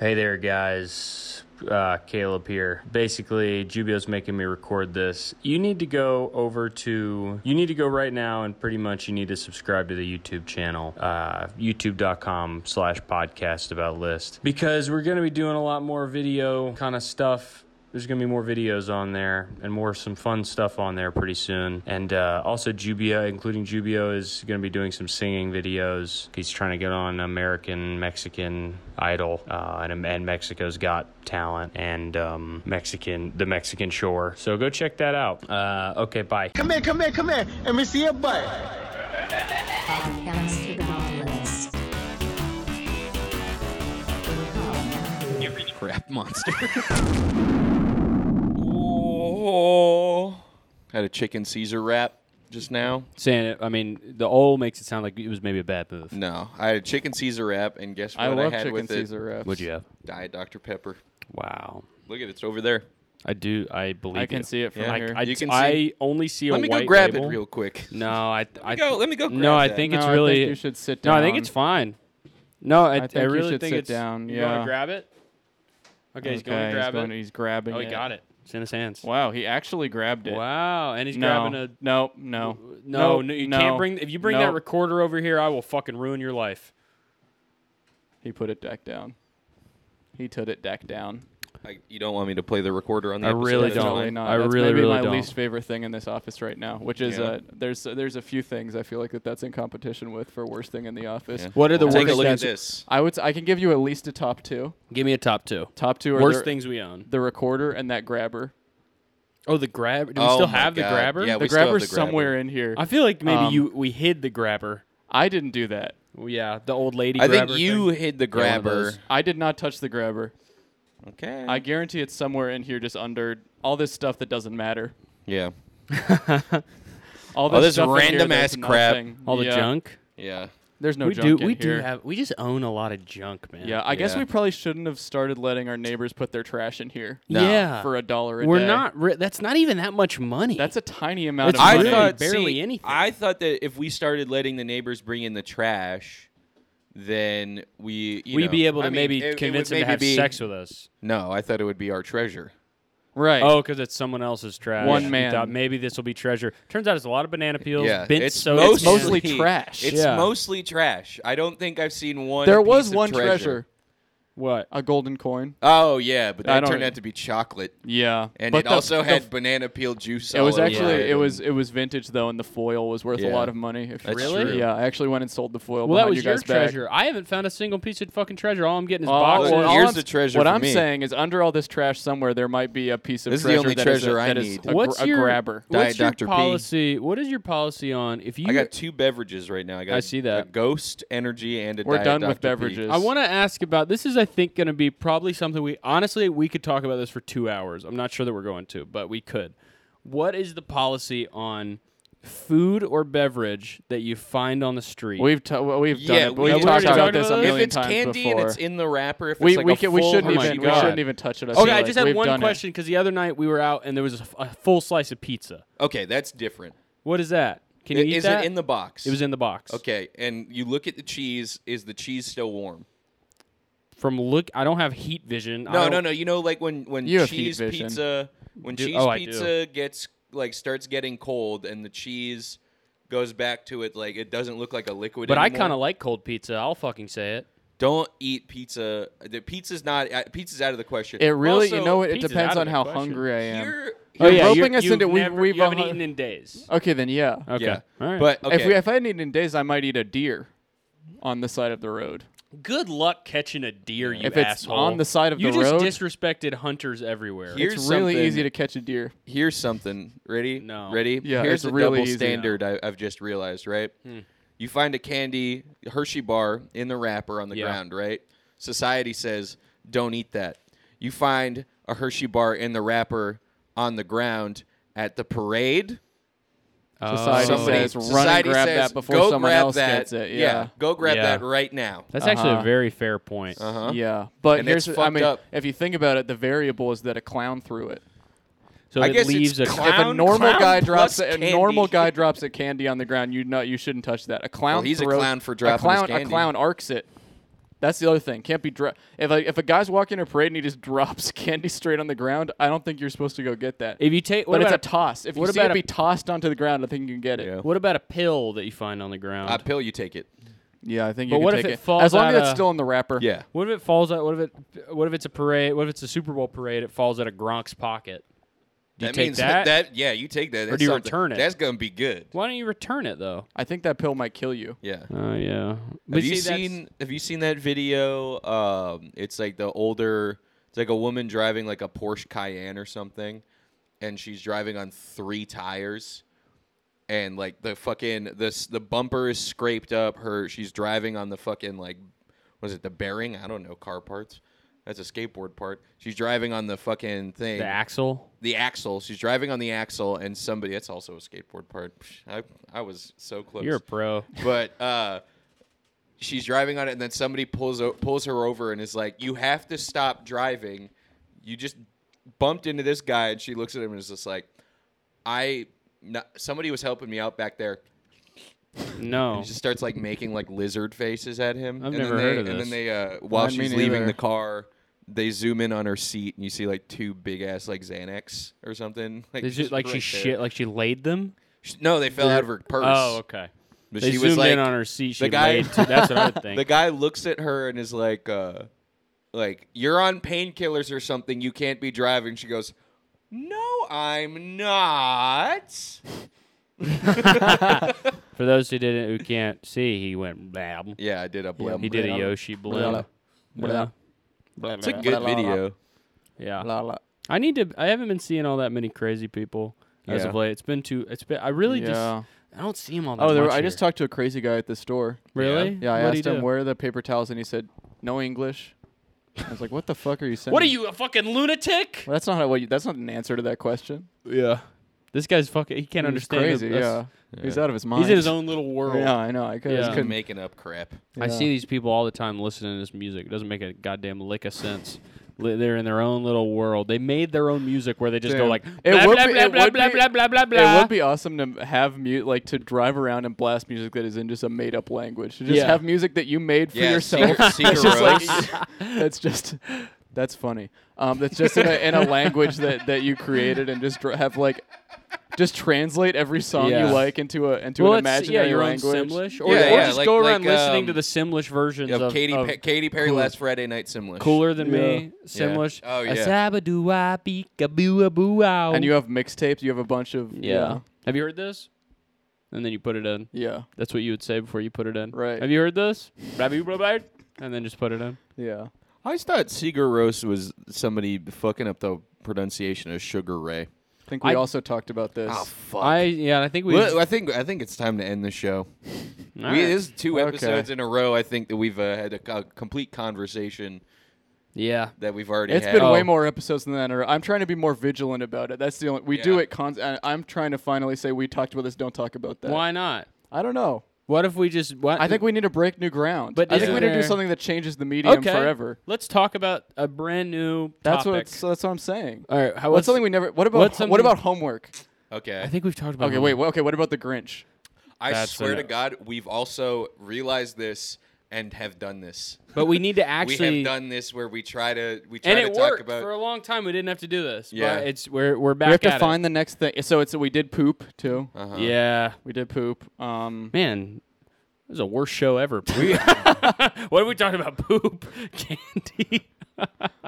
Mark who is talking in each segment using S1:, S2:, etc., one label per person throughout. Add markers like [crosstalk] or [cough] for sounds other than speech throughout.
S1: Hey there, guys. Uh, Caleb here. Basically, Jubio's making me record this. You need to go over to, you need to go right now and pretty much you need to subscribe to the YouTube channel, uh, youtube.com slash podcast about list, because we're going to be doing a lot more video kind of stuff there's going to be more videos on there and more some fun stuff on there pretty soon. And uh, also Jubia, including Jubio, is going to be doing some singing videos. He's trying to get on American Mexican Idol, uh, and, and Mexico's Got Talent, and um, Mexican the Mexican Shore. So go check that out. Uh, okay, bye.
S2: Come here, come here, come here. Let me see your butt.
S3: Podcast about list.
S4: crap
S5: [laughs]
S4: monster. oh. Had a chicken Caesar wrap just now.
S5: saying it. I mean, the O makes it sound like it was maybe a bad move.
S4: No, I had a chicken Caesar wrap, and guess what
S6: I
S4: I,
S6: love
S4: had
S6: chicken
S4: with it?
S6: Caesar wraps.
S5: Would you have?
S4: Diet Dr Pepper.
S5: Wow.
S4: Look at it, it's over there.
S5: I do. I believe
S6: I can
S5: you.
S6: see it from
S4: Yeah.
S6: here.
S5: I,
S4: You can see-
S5: I only see a
S4: Let me
S5: white
S4: go grab
S5: label.
S4: it real quick.
S5: No, I. I
S4: go- let me go
S5: No,
S4: grab
S5: I
S4: that.
S5: think
S6: No,
S5: it's
S6: I think
S5: really.
S6: you should sit
S5: No, I think
S6: down.
S5: it's fine. No, I,
S6: I think you
S5: really
S6: should
S5: think
S6: sit
S5: it's
S6: down,
S5: You want
S6: yeah.
S5: to grab it? Okay, he's going
S6: Okay,
S5: to grab
S6: he's going-
S5: it.
S6: he's grabbing.
S5: oh, he got it. It's in his hands.
S6: Wow, he actually grabbed it.
S5: Wow, and he's
S6: no,
S5: grabbing a.
S6: no, no,
S5: No,
S6: no,
S5: no, you
S6: no,
S5: can't bring. If you bring
S6: no.
S5: that recorder over here, I will fucking ruin your life.
S6: he put it back down. He put it back down.
S4: I, you don't want me to play the recorder on the
S5: I
S4: episode,
S5: really
S4: that's
S5: don't.
S4: fine.
S6: Definitely not.
S5: I
S6: that's
S5: really,
S6: maybe
S5: really
S6: my
S5: don't.
S6: least favorite thing in this office right now, which is
S4: Yeah.
S6: uh, there's there's a few things I feel like that that's in competition with for worst thing in the office.
S4: Yeah.
S5: What are the
S4: Well, Take a
S5: worst
S4: look at
S5: stats-
S4: this.
S6: I would s- I can give you at least a top two.
S5: Give me a top two.
S6: Top two are
S5: Worst
S6: the,
S5: things we own.
S6: the recorder and that grabber.
S5: Oh, the grab. Do we
S4: Oh
S5: still
S4: my
S5: have the
S4: God.
S5: grabber?
S4: Yeah,
S6: The
S4: we still have
S6: grabber's
S4: the grabber.
S6: somewhere in here.
S5: I feel like maybe
S6: Um,
S5: you we hid the grabber.
S6: I didn't do that.
S5: Well, yeah, the old lady.
S4: I think
S5: grabber
S4: you
S5: thing.
S4: hid the
S5: Yeah, one of
S4: grabber.
S5: those.
S6: I did not touch the grabber.
S4: okay.
S6: I guarantee it's somewhere in here, just under all this stuff that doesn't matter.
S4: yeah.
S6: All
S4: this
S6: stuff in here
S4: random
S6: that's
S4: ass crap.
S6: nothing.
S5: all the
S6: Yeah.
S5: junk.
S4: Yeah.
S6: There's no
S5: we
S6: junk
S5: do.
S6: in
S5: We do
S6: here.
S5: have. We just own a lot of junk, man.
S6: yeah, I guess
S4: Yeah.
S6: we probably shouldn't have started letting our neighbors put their trash in here.
S4: No.
S5: yeah.
S6: for a dollar a
S5: We're
S6: day.
S5: not. Ri- that's not even that much money.
S6: That's a tiny amount
S5: It's
S6: of
S4: I
S6: money.
S4: thought
S5: barely
S4: see,
S5: anything.
S4: I thought that if we started letting the neighbors bring in the trash, then we you
S5: We'd
S4: know-
S5: be able to
S4: I mean,
S5: maybe
S4: it- it would
S5: convince them
S4: maybe
S5: to have
S4: be-
S5: sex with us.
S4: No, I thought it would be our treasure.
S6: right.
S5: Oh, because it's someone else's trash.
S6: One
S5: We
S6: man.
S5: thought maybe this will be treasure. Turns out it's a lot of banana peels.
S4: Yeah,
S5: bent
S4: it's,
S5: soda
S4: mostly,
S5: cans.
S6: mostly trash.
S4: It's
S5: Yeah.
S4: mostly trash. I don't think I've seen one.
S6: there
S4: piece
S6: was
S4: of
S6: one
S4: treasure.
S6: treasure,
S5: what?
S6: a golden coin.
S4: Oh yeah, but
S6: I
S4: that
S6: don't-
S5: e-
S4: turned out to be chocolate,
S6: Yeah,
S4: and
S6: but
S4: it
S6: the-
S4: also
S6: the
S4: had
S6: f-
S4: banana peel juice.
S6: It was
S4: all over
S6: actually
S4: it,
S6: it was
S4: and-
S6: it was vintage though, and the foil was worth
S4: Yeah.
S6: a lot of money. If
S4: That's Really? true.
S6: Yeah, I actually went and sold the foil.
S5: Well, that
S6: behind
S5: was
S6: you
S5: your
S6: guys back.
S5: treasure. I haven't found a single piece of fucking treasure. All I'm getting is
S4: Um,
S6: All-
S5: boxes.
S6: all
S4: Here's
S6: I'm-
S4: the treasure
S6: What
S4: for
S6: I'm
S4: me.
S6: saying is, under all this trash, somewhere there might be a piece of
S4: This is the
S6: treasure
S4: only
S6: that is a-
S4: treasure I
S6: that is
S4: need.
S6: a gr-
S5: what's
S6: a
S5: your
S6: grabber.
S4: Diet
S5: What's your
S4: Dr. P.
S5: policy? What is your policy on if you?
S4: I got two beverages right now. I got
S5: I
S4: a-
S5: see
S4: a
S5: that.
S4: ghost energy and a.
S6: We're
S4: Diet
S6: done
S4: Dr.
S6: with
S4: Pepper.
S6: beverages.
S5: I want to ask about this. Is I think going to be probably something we honestly we could talk about this for two hours. I'm not sure that we're going to, but we could. What is the policy on food or beverage that you find on the street?
S6: We've t- we've done
S4: Yeah,
S6: it.
S4: we
S6: We've
S4: already
S6: talked
S5: talked
S6: about this a
S5: about this?
S6: million
S4: If it's
S6: times
S4: candy
S6: before.
S4: and it's in the wrapper, if
S6: we
S4: it's like
S6: we,
S4: a
S6: can, we
S4: full-
S6: shouldn't
S5: oh my
S6: even we
S5: God.
S6: shouldn't even touch it.
S5: okay,
S6: feel
S5: I
S6: like
S5: just had
S6: we've
S5: one
S6: done it.
S5: question because the other night we were out and there was a, f- a full slice of pizza.
S4: Okay, that's different.
S5: What is that? Can
S4: I-
S5: you eat
S4: Is
S5: that?
S4: it in the box?
S5: It was in the box.
S4: Okay, and you look at the cheese. Is the cheese still warm?
S5: From look, I don't have heat vision. I
S4: No,
S5: don't-
S4: no, no. You know, like when when
S6: You have heat
S4: cheese
S6: vision.
S4: pizza when
S5: Do-
S4: cheese
S5: oh, I do.
S4: pizza gets like starts getting cold and the cheese goes back to it like it doesn't look like a liquid.
S5: But I
S4: anymore.
S5: kind of like cold pizza. I'll fucking say it.
S4: don't eat pizza. The pizza's not uh, pizza's out of the question.
S6: It really,
S4: Also,
S6: you know, what, it
S5: pizza's
S6: depends
S5: out of
S6: on
S5: the
S6: how
S5: question.
S6: hungry I am.
S4: You're,
S6: Oh, yeah,
S5: you're-
S6: roping us
S5: you've
S6: into- we've-
S5: never-
S6: we've
S5: you haven't
S6: all-
S5: eaten in days.
S6: Okay, then yeah.
S5: Okay.
S4: Yeah.
S5: All right.
S4: But
S6: If, we,
S4: okay,
S6: if I hadn't eaten in days, I might eat a deer on the side of the road.
S5: Good luck catching a deer, you
S6: If it's
S5: asshole.
S6: on the side of
S5: you
S6: the
S5: just
S6: road-
S5: disrespected hunters everywhere.
S4: Here-
S6: it's
S4: Here's
S6: really
S4: something-
S6: easy to catch a deer.
S4: here's something. Ready?
S5: No.
S4: Ready?
S6: Yeah,
S4: Here's a
S6: it's really
S4: double
S6: easy.
S4: standard I, I've just realized. Right.
S5: Hmm.
S4: You find a candy Hershey bar in the wrapper on the
S5: Yeah.
S4: ground. Right. Society says don't eat that. You find a Hershey bar in the wrapper on the ground at the parade.
S5: Oh,
S6: Society
S4: Somebody-
S6: says run
S4: society
S6: and grab
S4: says,
S6: that before
S4: go
S6: someone
S4: grab
S6: else
S4: that.
S6: gets it.
S4: Yeah.
S6: Yeah.
S4: go grab
S5: Yeah.
S4: that right now.
S5: That's actually a
S6: Uh-huh.
S5: very fair point.
S4: Uh-huh.
S6: Yeah. But
S4: And it's
S6: here's, I
S4: fucked
S6: mean,
S4: up.
S6: if you think about it, the variable is that a clown threw it.
S5: So
S4: I
S5: it
S4: guess
S5: leaves
S4: it's
S5: a
S4: clown-
S6: if a normal
S4: clown
S6: guy
S4: plus
S6: drops a
S4: candy.
S6: normal
S4: [laughs]
S6: guy drops a candy on the ground, you know you shouldn't touch that. A clown.
S4: Well, he's a
S6: throws-
S4: clown for dropping
S6: a clown.
S4: his candy.
S6: A clown arcs it. That's the other thing. Can't be dro- if like if a guy's walking a parade and he just [laughs] drops candy straight on the ground. I don't think you're supposed to go get that.
S5: [laughs] If you take, what
S6: but it's
S5: about
S6: a toss. If you
S5: what
S6: see it
S5: about
S6: be
S5: a-
S6: tossed onto the ground, I think you can get it.
S4: Yeah.
S6: Yeah,
S5: What about a pill that you find on the ground?
S4: A pill, you take it.
S6: I think.
S5: But
S6: you can
S5: what if
S6: take
S5: it falls
S6: As long as
S5: out
S6: it's
S5: of-
S6: still in the wrapper.
S4: Yeah.
S5: What if it falls out? What if it? What if it's a parade? What if it's a Super Bowl parade? It falls out of Gronk's pocket. Do you
S4: that
S5: take
S4: means
S5: that?
S4: Yeah, you take that. Or
S5: do you return it?
S4: That's gonna be good.
S5: Why don't you return it though?
S6: I think that pill might kill you.
S4: Yeah.
S5: Oh yeah. But
S4: Have you
S5: see, that's-
S4: seen Have you seen that video? Um, it's like the older. It's like a woman driving like a Porsche Cayenne or something, and she's driving on three tires, and like the fucking the s- the bumper is scraped up. Her she's driving on the fucking like, was it the bearing? I don't know. Car parts. That's a skateboard part. She's driving on the fucking thing.
S5: the axle?
S4: the axle. She's driving on the axle, and somebody. That's also a skateboard part. Psh, I I was so close
S5: You're a pro.
S4: but uh, she's driving on it, and then somebody pulls o- pulls her over and is like, "You have to stop driving. You just bumped into this guy." And she looks at him and is just like, "I." No, somebody was helping me out back there.
S5: No.
S4: She starts like making like lizard faces at him.
S5: I've
S4: and
S5: never
S4: then
S5: heard
S4: they,
S5: of
S4: And
S5: this.
S4: then they, uh, while
S6: Mine- me
S4: she's leaving
S6: neither.
S4: the car, they zoom in on her seat, and you see like two big ass like Xanax or something. [laughs] Like,
S5: Is it
S4: just
S5: like
S4: right
S5: she
S4: there.
S5: shit? Like she laid them?
S4: Sh- No, they fell out of her purse.
S5: Oh, okay.
S4: But
S5: they
S4: she
S5: zoomed
S4: was like,
S5: in on her seat. She
S4: the guy-
S5: laid. Too. That's
S6: [laughs]
S5: what I would think.
S4: The guy looks at her and is like, uh, like you're on painkillers or something. You can't be driving. She goes, No, I'm not.
S5: For those who didn't, who can't see, he went blab.
S4: Yeah, I did a blem.
S5: He did a Yoshi blimp. Yeah.
S6: Blah.
S4: It's a good video.
S5: Yeah.
S6: La, la.
S5: I need to. I haven't been seeing all that many crazy people as of
S4: Yeah.
S5: late. It's been too. It's been. I really
S6: Yeah.
S5: just. I don't see him all that
S6: Oh, there,
S5: much
S6: I just
S5: here.
S6: talked to a crazy guy at the store.
S5: Really?
S6: Yeah, I
S5: What'd he
S6: asked him
S5: do?
S6: where are the paper towels, and he said, "No English." I was like, "What the fuck are you saying?"
S5: What are you, a fucking lunatic?
S6: Well, that's not what you, that's not an answer to that question.
S5: Yeah. This guy's fucking. He can't
S6: He's
S5: understand.
S6: crazy.
S5: us.
S6: Yeah. he's out of his mind.
S5: He's in his own little world.
S6: Yeah, I know. I could.
S5: Yeah.
S6: Yeah.
S4: I'm
S6: Couldn't,
S4: making up crap.
S5: I
S6: Yeah.
S5: see these people all the time listening to this music. It doesn't make a goddamn lick of sense. Li- They're in their own little world. They made their own music where they just go
S6: Damn.
S5: like
S6: It
S5: blah,
S6: would
S5: blah,
S6: be-
S5: blah,
S6: it
S5: blah,
S6: would
S5: blah,
S6: be-
S5: blah, blah, blah,
S6: it
S5: blah.
S6: would be awesome to have mute like to drive around and blast music that is in just a made up language. To just
S5: Yeah.
S6: have music that you made for
S4: Yeah,
S6: yourself.
S4: Sigur- Sigur
S6: [laughs] It's just like-
S4: Rós.
S6: [laughs] that's just that's funny. Um, that's just in a, in a language that that you created and just dr- have like just translate every song
S5: Yeah.
S6: you like into a into
S5: well,
S6: an
S5: it's, yeah,
S6: imaginary
S5: your own
S6: language.
S5: Simlish, or,
S4: Yeah,
S5: or
S4: yeah,
S5: just
S4: like-
S5: go around
S4: like,
S5: listening
S4: um,
S5: to the Simlish versions
S4: Of
S5: of,
S4: Katy,
S5: of
S4: pa- Katy Perry
S5: cool.
S4: last Friday night Simlish.
S5: cooler than me. Simlish.
S4: Oh, yeah.
S5: A sabadoo-ah, beek-a-boo-a, boo-ow.
S6: And you have mixtapes. You have a bunch of
S5: yeah. Have you heard this? And then you put it in.
S6: yeah,
S5: That's what you would say before you put it in.
S6: Right.
S5: Have you heard this? and then just put it in.
S6: yeah.
S4: I just thought Sigur Rós was somebody fucking up the pronunciation of Sugar Ray.
S6: I think we
S5: I-
S6: also talked about this.
S4: Oh fuck.
S5: I yeah, I think we.
S4: Well, I think I think it's time to end the show.
S5: All
S4: We,
S5: right.
S4: this is two
S6: Okay.
S4: episodes in a row. I think that we've uh, had a, co- complete conversation
S5: yeah.
S4: that we've already
S6: It's
S4: had.
S6: been
S5: Oh.
S6: way more episodes than that. Or I'm trying to be more vigilant about it. That's the only we do
S4: Yeah.
S6: it. Cons- I- I'm trying to finally say we talked about this. Don't talk about that.
S5: Why not?
S6: I don't know.
S5: What if we just? What,
S6: I think we need to break new ground.
S5: But
S6: I think
S5: isn't
S6: we need to do
S5: there-
S6: something that changes the medium
S5: okay.
S6: forever.
S5: Let's talk about a brand new.
S6: That's what
S5: topic.
S6: it's, that's what I'm saying.
S5: All right. How,
S6: what's
S5: what's
S6: something we never? What about
S5: what's
S6: ho-
S5: something- Uh-huh.
S6: what about homework?
S4: okay. I,
S5: I think we've talked about.
S6: Okay, wait. wha- Okay, what about the Grinch?
S4: I
S5: That's
S4: swear to
S5: enough.
S4: God, we've also realized this and have done this.
S5: But we
S6: [laughs]
S5: need to actually.
S4: we have done this where we try to we try
S5: and
S4: to
S5: it
S4: talk
S5: worked
S4: about.
S5: for a long time. We didn't have to do this.
S4: Yeah.
S5: But it's we're we're back.
S6: We have to
S5: at
S6: find the next thing. So it's we did poop too.
S4: Uh-huh.
S5: It. Yeah.
S6: We did poop.
S5: [laughs]
S6: Um,
S5: Man, this is the worst show ever.
S6: [laughs]
S5: [laughs] what have we talked about? Poop, [laughs] candy.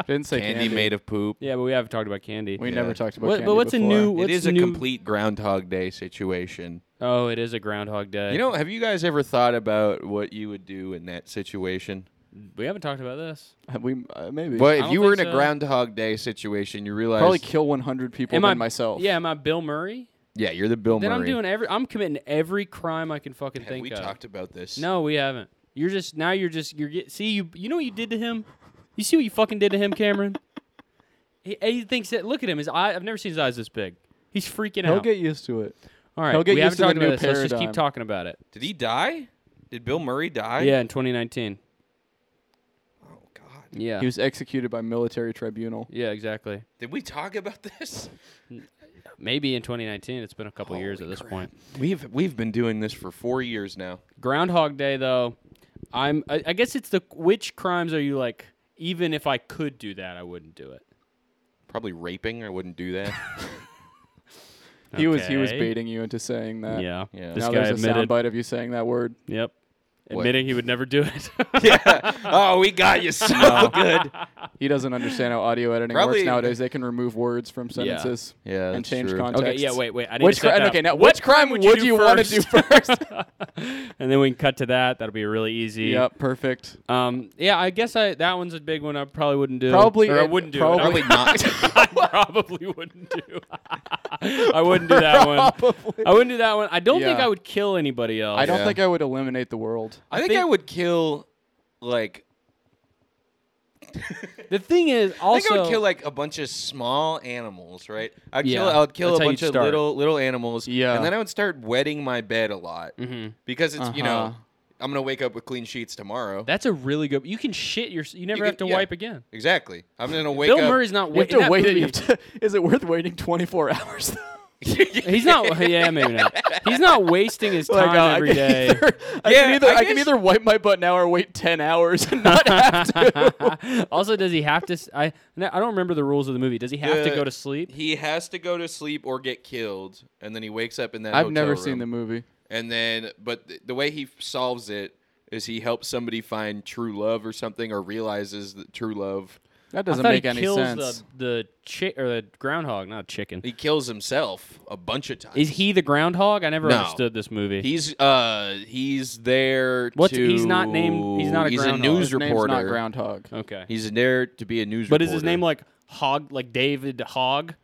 S6: didn't say
S4: Candy
S6: candy.
S4: made of poop.
S5: yeah, but we haven't talked about candy.
S6: We
S4: Yeah.
S6: never talked about
S5: What-
S6: candy
S5: but what's
S6: before.
S5: a new? What's
S4: it is
S5: new,
S4: a complete Groundhog Day situation.
S5: Oh, it is a Groundhog Day.
S4: You know, have you guys ever thought about what you would do in that situation?
S5: we haven't talked about this.
S6: Have we uh, maybe
S4: But
S5: I
S4: if
S5: don't
S4: you were in
S5: think
S4: a
S5: so.
S4: Groundhog Day situation, you realize,
S6: probably kill 100 people
S5: Am
S6: than
S5: I
S6: myself.
S5: Yeah, am I Bill Murray?
S4: yeah, you're the Bill
S5: Then
S4: Murray.
S5: I'm doing every. I'm committing every crime I can fucking
S4: have
S5: think
S4: we
S5: of.
S4: talked about this?
S5: no, we haven't. You're just now. You're just. You're get. See you. You know what you did to him. You see what you fucking did to him, Cameron. [laughs] he, he thinks that. Look at him. His eye. I've never seen his eyes this big. He's freaking
S6: He'll
S5: out.
S6: get used to it.
S5: All right,
S6: he'll get
S5: we
S6: used
S5: haven't
S6: to the
S5: talked
S6: new
S5: about this. Let's just keep
S6: paradigm.
S5: talking about it.
S4: Did he die? Did Bill Murray die?
S5: Yeah, in 2019.
S4: Oh God.
S5: Yeah.
S6: He was executed by military tribunal.
S5: yeah, exactly.
S4: Did we talk about this?
S5: Maybe in 2019. It's been a couple years at this point.
S4: We've we've been doing this for four years now.
S5: Groundhog Day, though, I'm. I, I guess it's the which crimes are you like? Even if I could do that, I wouldn't do it.
S4: Probably raping. I wouldn't do [laughs] that.
S6: He was he was
S5: Okay.
S6: baiting you into saying that.
S5: Yeah.
S4: Yeah.
S5: This
S6: Uh, now
S5: guy
S6: there's a
S5: admitted.
S6: soundbite of you saying that word.
S5: Yep.
S4: What?
S5: Admitting he would never do it. [laughs]
S4: oh, we got you so good.
S6: He doesn't understand how audio editing
S4: Probably-
S6: works nowadays. They can remove words from sentences
S4: Yeah,
S6: and
S4: that's
S6: change
S4: true.
S6: context.
S5: okay. Yeah. Wait. Wait. I need
S6: Which
S5: to set
S6: crime?
S5: that up.
S6: Okay, now
S5: What
S6: which crime would you, want to do [laughs] first?
S5: and then we can cut to that. That'll be really easy.
S6: yep, perfect.
S5: Um. Yeah. I guess I that one's a big one. I probably wouldn't do.
S6: Probably-
S5: Or I wouldn't do. it. I
S4: Probably [laughs] not.
S5: [laughs] I probably wouldn't do. I wouldn't do that one. I wouldn't do that one. I don't think
S6: Yeah.
S5: I would kill anybody else.
S6: I don't
S4: Yeah.
S6: think I would eliminate the world.
S4: I think
S5: think-
S4: I would kill like
S5: The thing is,
S4: I
S5: also,
S4: think I would kill like a bunch of small animals, right? I'd kill
S5: Yeah,
S4: I would kill
S5: that's
S4: a
S5: how you'd
S4: bunch of
S5: start.
S4: little little animals.
S6: Yeah.
S4: And then I would start wetting my bed a lot.
S5: Mm-hmm.
S4: Because it's you
S6: Uh-huh.
S4: know, I'm gonna wake up with clean sheets tomorrow.
S5: that's a really good. You can shit your. You never
S4: can-
S5: have to
S4: yeah.
S5: wipe again.
S4: exactly. I'm gonna wake
S5: Bill
S4: up [laughs]
S5: Murray's not
S6: You have
S5: waiting.
S6: to wait. You have to, [laughs] is it worth waiting 24 [laughs] hours? though?
S5: [laughs] He's not. Yeah, maybe not. He's not
S6: [laughs]
S5: wasting his time
S6: uh, I
S5: every
S6: can
S5: day.
S6: either- I,
S4: Yeah,
S6: can either,
S4: I
S6: I, can
S4: guess-
S6: either wipe my butt now or wait 10 hours and not have to.
S4: [laughs]
S5: [laughs] also, does he have to? s- I no, I don't remember the rules of the movie. Does he have to
S4: Uh,
S5: go to sleep?
S4: He has to go to sleep or get killed, and then he wakes up in that.
S6: I've
S4: hotel
S6: never
S4: room.
S6: seen the movie.
S4: And then, but th- the way he f- solves it is he helps somebody find true love or something, or realizes that true love.
S6: That
S5: I
S6: doesn't
S5: thought
S6: make
S5: he
S6: any
S5: kills
S6: sense.
S5: the the chick or the groundhog, not chicken.
S4: He kills himself a bunch of times.
S5: Is he the groundhog? I never
S4: No.
S5: understood this movie.
S4: He's uh he's there.
S5: What's-
S4: to-
S5: he's not named- he's not a
S4: he's
S5: groundhog.
S4: a news
S6: His name's
S4: reporter.
S6: not Groundhog.
S5: okay.
S4: He's there to be a news.
S5: But
S4: reporter.
S5: is his name like Hog, like David
S4: [laughs]
S5: Hog,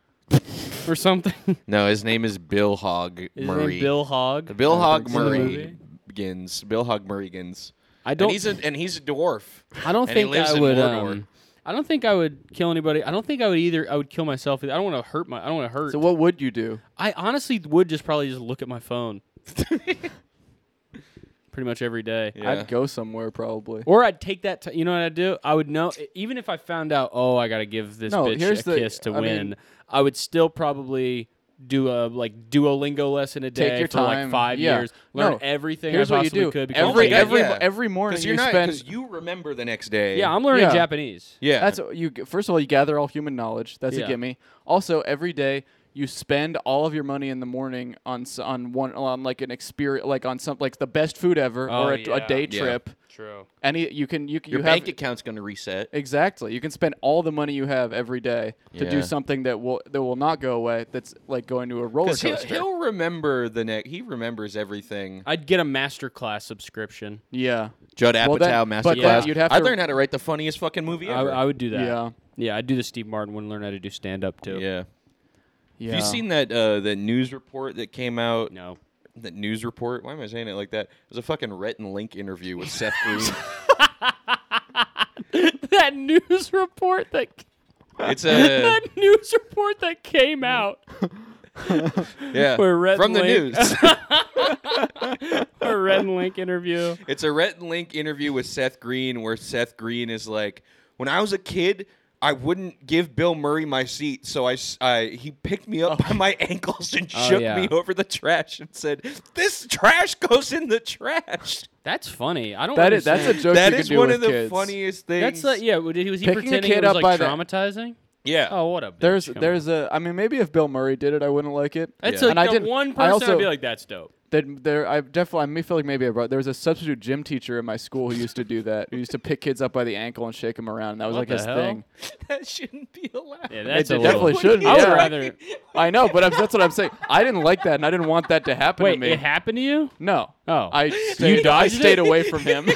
S5: or something?
S4: No, his name is Bill Hogg
S5: Is his
S4: Murray.
S5: name Bill Hog?
S4: Bill Hogg
S5: so.
S4: Murray.
S5: Movie?
S4: Gins. Bill Hogg Murrayans.
S5: I
S4: And
S5: don't.
S4: he's a and he's a dwarf.
S5: I
S4: and
S5: don't
S4: he
S5: think
S4: lives
S5: I
S4: in
S5: would.
S4: Mordor.
S5: Um, I don't think I would kill anybody. I don't think I would either. I would kill myself. Either. I don't want to hurt my. I don't want to hurt.
S6: So what would you do?
S5: I honestly would just probably just look at
S6: [laughs]
S5: my phone. Pretty much every day.
S6: I'd go somewhere probably.
S5: Or I'd take that. T- you know what I'd do? I would know e, even if I found out. Oh, I gotta give this
S6: No,
S5: bitch
S6: here's
S5: a
S6: the-
S5: kiss to
S6: I
S5: win.
S6: mean-
S5: I would still probably do a like Duolingo lesson a day
S6: Take your
S5: for
S6: time.
S5: like five
S6: yeah.
S5: years. Learn
S6: no.
S5: everything
S6: Here's
S5: I
S6: what you
S5: possibly
S6: do.
S5: could. because-
S6: Every
S4: Oh my God,
S6: every
S4: yeah.
S6: every morning
S4: you're
S6: you
S4: not
S6: spend.
S4: because you remember the next day.
S5: yeah, I'm learning
S6: Yeah.
S5: Japanese.
S4: yeah.
S6: That's you. g- First of all, you gather all human knowledge. That's
S5: Yeah.
S6: a gimme. Also, every day you spend all of your money in the morning on s- on one on like an experience, like on some like the best food ever
S5: Oh,
S6: or a, a
S5: yeah.
S6: day
S4: Yeah.
S6: trip.
S5: True.
S6: Any you can you can
S4: your
S6: you
S4: bank
S6: have
S4: account's gonna reset.
S6: exactly. You can spend all the money you have every day to
S4: Yeah.
S6: do something that will that will not go away. That's like going to a roller
S4: Because
S6: coaster.
S4: he'll, he'll remember the next. He remembers everything.
S5: I'd get a master class subscription.
S6: yeah.
S4: Judd
S6: Well,
S4: Apatow
S6: then-
S4: masterclass.
S6: but
S5: then
S6: you'd have
S4: I
S6: to-
S4: learned how to write the funniest fucking movie
S5: I,
S4: ever.
S5: I would do that.
S6: Yeah.
S5: Yeah, I'd do the Steve Martin one. Learn how to do stand up too.
S4: yeah.
S6: Yeah.
S4: Have you seen that uh, that news report that came out?
S5: No. [laughs]
S4: That news report. Why am I saying it like that? It was a fucking Rhett and Link interview
S5: [laughs]
S4: with Seth Green.
S5: that news report that
S4: It's a
S5: [laughs] that news report that came out.
S4: yeah
S5: Where Rhett
S4: from the
S5: and Link-
S4: news.
S5: [laughs] a Red and Link interview.
S4: It's a Rhett and Link interview with Seth Green where Seth Green is like, when I was a kid, I wouldn't give Bill Murray my seat, so I, s- I- he picked me up by my ankles and
S5: [laughs] Oh,
S4: shook
S5: yeah.
S4: me over the trash and said, "This trash goes in the trash."
S5: That's funny. I don't.
S6: That is [laughs] that's a
S5: understand.
S6: joke.
S4: that
S6: you
S4: is
S6: can do
S4: one
S6: with
S4: of the
S6: kids.
S4: funniest things.
S5: That's like yeah. Was he was he
S6: Picking a
S5: pretending
S6: kid
S5: it was
S6: up
S5: like
S6: by the-
S5: traumatizing?
S4: yeah.
S5: Oh, what a bitch.
S6: There's
S5: Come on.
S6: there's a I mean maybe if Bill Murray did it I wouldn't like it.
S5: That's
S4: Yeah.
S5: like
S6: And I
S5: the
S6: didn't-
S5: one
S6: I
S5: person
S6: also-
S5: I'd be like, that's dope.
S6: That there, I definitely, I feel like maybe I brought. There was a substitute gym teacher in my school who used to do that. Who used to pick kids up by the ankle and shake them around. And that was
S5: What
S6: like
S5: the
S6: his
S5: hell?
S6: thing.
S4: [laughs] that shouldn't be allowed.
S5: Yeah, that's
S6: it
S5: a
S6: definitely
S5: little-
S6: shouldn't.
S5: I would
S6: yeah.
S5: rather.
S6: I know, but I'm, that's what I'm saying. I didn't like that, and I didn't want that to happen to
S5: Wait,
S6: me.
S5: it happened to you?
S6: no,
S5: Oh.
S6: I stayed, I
S5: dodged
S6: stayed
S5: it?
S6: away from him.
S5: Do